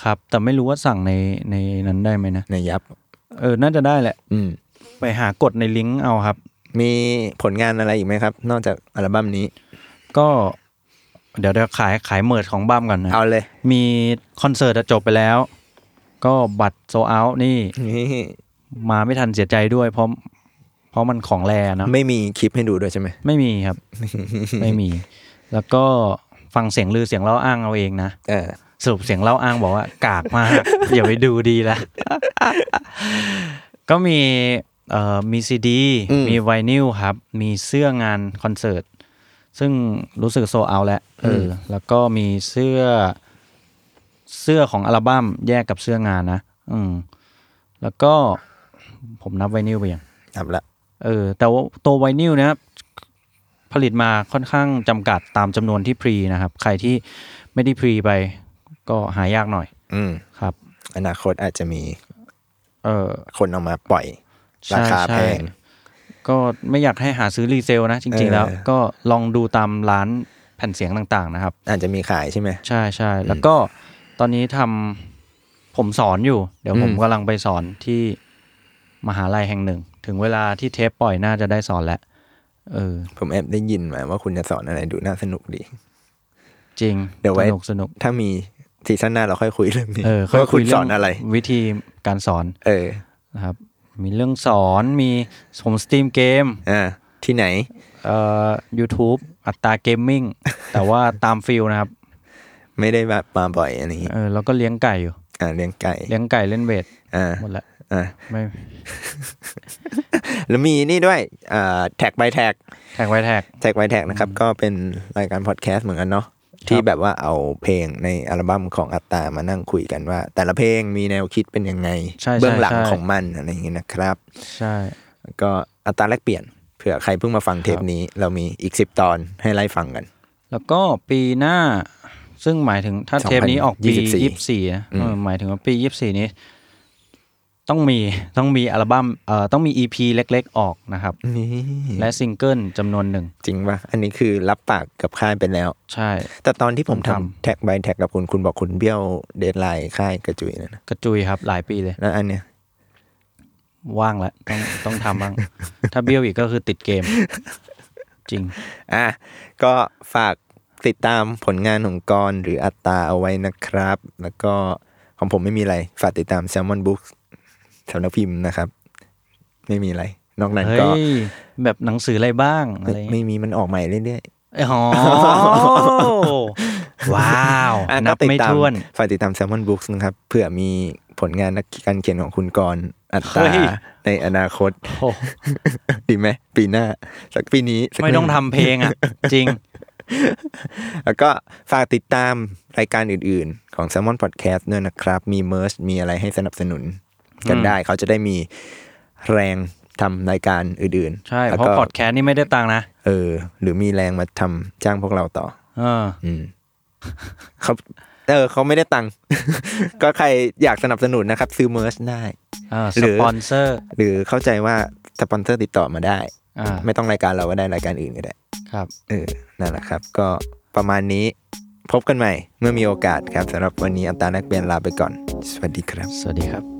ครับ แต่ไม่รู้ว่าสั่งในในนั้นได้ไหมนะ
ในยับ
เออ น่าจะได้แหละ
อืม
ไปหากดในลิงก์เอาครับ
มีผลงานอะไรอีกไหมครับ นอกจากอัลบั้มนี้
ก็เดี๋ยวเดี๋ยวขายขายเมิร์ดของบ้ามก่อนนะ
เอาเลย
มีคอนเสิร์ตอะจบไปแล้ว ก็บัตรโซเอานี่
นี่
มาไม่ทันเสียใจด้วยเพราะเพราะมันของแรเนอะ
ไม่มีคลิปให้ดูด้วยใช่ไหม
ไม่มีครับ ไม่มี แล้วก็ฟังเสียงลือเสียงเล่าอ้างเอาเองนะ
เออ
สรุปเสียงเล่าอ้างบอกว่ากากมาก [LAUGHS] อย่าไปดูดีละ [LAUGHS] ก็มีเอ่อมีซีดี มีไวนิลครับ มีเสื้องานคอนเสิร์ต ซึ่งรู้สึกโซเอาแล้วเอออแล้วก็มีเสื้อเสื้อของอัลบั้มแยกกับเสื้องานนะ อืม แล้วก็ผมนับไวนิลไปยัง
ทำละ
เออแต่ว่าตัวไวนิลนะครับผลิตมาค่อนข้างจำกัดตามจำนวนที่พรีนะครับ ใครที่ไม่ได้พรีไป ก็หายากหน่อย
อืม
ครับ
อนาคตอาจจะมี
เออ
คนเอามาปล่อย
ใช่
ราคาแพ
ใช่
ง
ก็ไม่อยากให้หาซื้อรีเซลนะ จริง ๆ แล้ว
เออ
ก็ลองดูตามร้านแผ่นเสียงต่างๆนะครับ
อาจจะมีขายใช่ไหม
ใช่ใช่แล้วก็ตอนนี้ทำผมสอนอยู่ เดี๋ยวผม
อืม
กำลังไปสอนที่มหาลัยแห่งหนึ่ง ถึงเวลาที่เทปปล่อยน่าจะได้สอนแล้วเออ
ผมแอบได้ยินมาว่าคุณจะสอนอะไรดูน่าสนุกดี
จริง
เดี๋ยวไว้
สนุกสนุก
ถ้ามีซีซั่นหน้าเราค่อยคุยเรื่องนี้
เออ
ว่าคุณ
เง
สอนอะไร
วิธีการสอน
เออ
นะครับ มีเรื่องสอนมีผมสตรีมเกม
อ่าที่ไหน
เอ่อ YouTube อัตราเกม
[LAUGHS]
มิ่ง แต่ว่าตามฟิลนะครับ
ไม่ได้แบบมาบ่อยอันนี้
เออแล้วก็เลี้ยงไก่อยู่
อ่าเลี้ยงไก่
เลี้ยงไก่เล่นเวท
อ่า
หมดละ
อ่า
ไม่
แล้วมีนี่ด้วยอ่าแท็กใบแท็ก
แท็กไว้แท็ก
แท็กไวแท็กนะครับ ก็เป็นรายการพอดแคสต์เหมือนกันเนาะที่แบบว่าเอาเพลงในอัลบั้มของอัตตามานั่งคุยกันว่า แต่ละเพลงมีแนวคิดเป็นยังไง
ใช่ใช่
เบื้องหลัง
ใช่
ของมันอะไรอย่างเงี้ยนะครับ
ใช่
ก็อัตราแลกเปลี่ยนเผื่อใครเพิ่งมาฟังเทปนี้ เรามีอีกสิบตอนให้ไล่ฟังกัน
แล้วก็ปีหน้า ซึ่งหมายถึงถ้าเทปนี้ออก
2024
ปียี่สิบสี่นะเออหมายถึงว่าปียี่สิบสี่นี้ ต้องมีต้องมีอัลบั้มเอ่อต้องมีอีพีเล็ก ๆ ออกนะครับ
นี่
และซิงเกิลจำนวนหนึ่ง
จริงปะอันนี้คือรับปากกับค่ายไปแล้ว
ใช่
แต่ตอนที่ผม
ผม
ทำ
ทำ
แท็กใบแท็กกับคุณคุณบอกคุณเบี้ยวเดทไลน์ค่ายกระจุยนะนะ
กระจุยครับ หลายปีเลย
แล้วอันเนี้ย
ว่างแล้วต้องต้องทำ
[LAUGHS]
บ้าง ถ้าเบี้ยวอีกก็คือติดเกม จริง
อ่ะก็ฝากติดตามผลงานของกรณ์หรืออัตตาเอาไว้นะครับ แล้วก็ของผมไม่มีอะไรฝากติดตาม Salmon Books สำนักพิมพ์นะครับ ไม่มีอะไร นอกนั้น
เฮ้
ก็
ย แบบหนังสืออะไรบ้าง อะ
ไม่
ไรอย่าง
ไม่ [LAUGHS]
เงี้ย
มีมันออกใหม่เรื่อย
อ๋อ ว้าว
อ่ะ
นั
ก็
บ
ติด
ไม่
ตาม
ถ้วน
ฝากติดตามแซมมอนบุ๊กนะครับเผื่อมีผลงานนักการเขียนของคุณกรณ์อัต
เฮ้
ราย ในอนาคต ดีไหมปีหน้า สักปีนี้สัก
ไม่ต้อง
หนึ่
ทำเพลง
[LAUGHS]
อ่ะ จริง
แล้วก็ฝากติดตามรายการอื่นๆ ของ s ซ l m o n Podcast ด้วยนะครับ มีเมอร์ชมีอะไรให้สนับสนุนกันได้ เขาจะได้มีแรงทำรายการอื่นๆ
ใช่
แล้ว
เพราะ
ก็
พอดแคสต์นี่ไม่ได้ตังค์นะ
เออ หรือมีแรงมาทำจ้างพวกเราต่อ
เออ
อื
[LAUGHS]
มเขาเออเขาไม่ได้ตังค์ [LAUGHS] ก็ใครอยากสนับสนุนนะครับ ซื้อเมอร์ชได้
เออ
ห
ส
รือ
ปอนเซอร์
หรือเข้าใจว่าสปอนเซอร์ติดต่อมาได้
อ่า
ไม่ต้องรายการเราก็ได้รายการอื่นก็ได้
ครับ
เออ นั่นแหละครับ ก็ประมาณนี้พบกันใหม่ เมื่อมีโอกาสครับสำหรับวันนี้อัตรานักเรียนลาไปก่อน สวัสดีครับ
สวัสดีครับ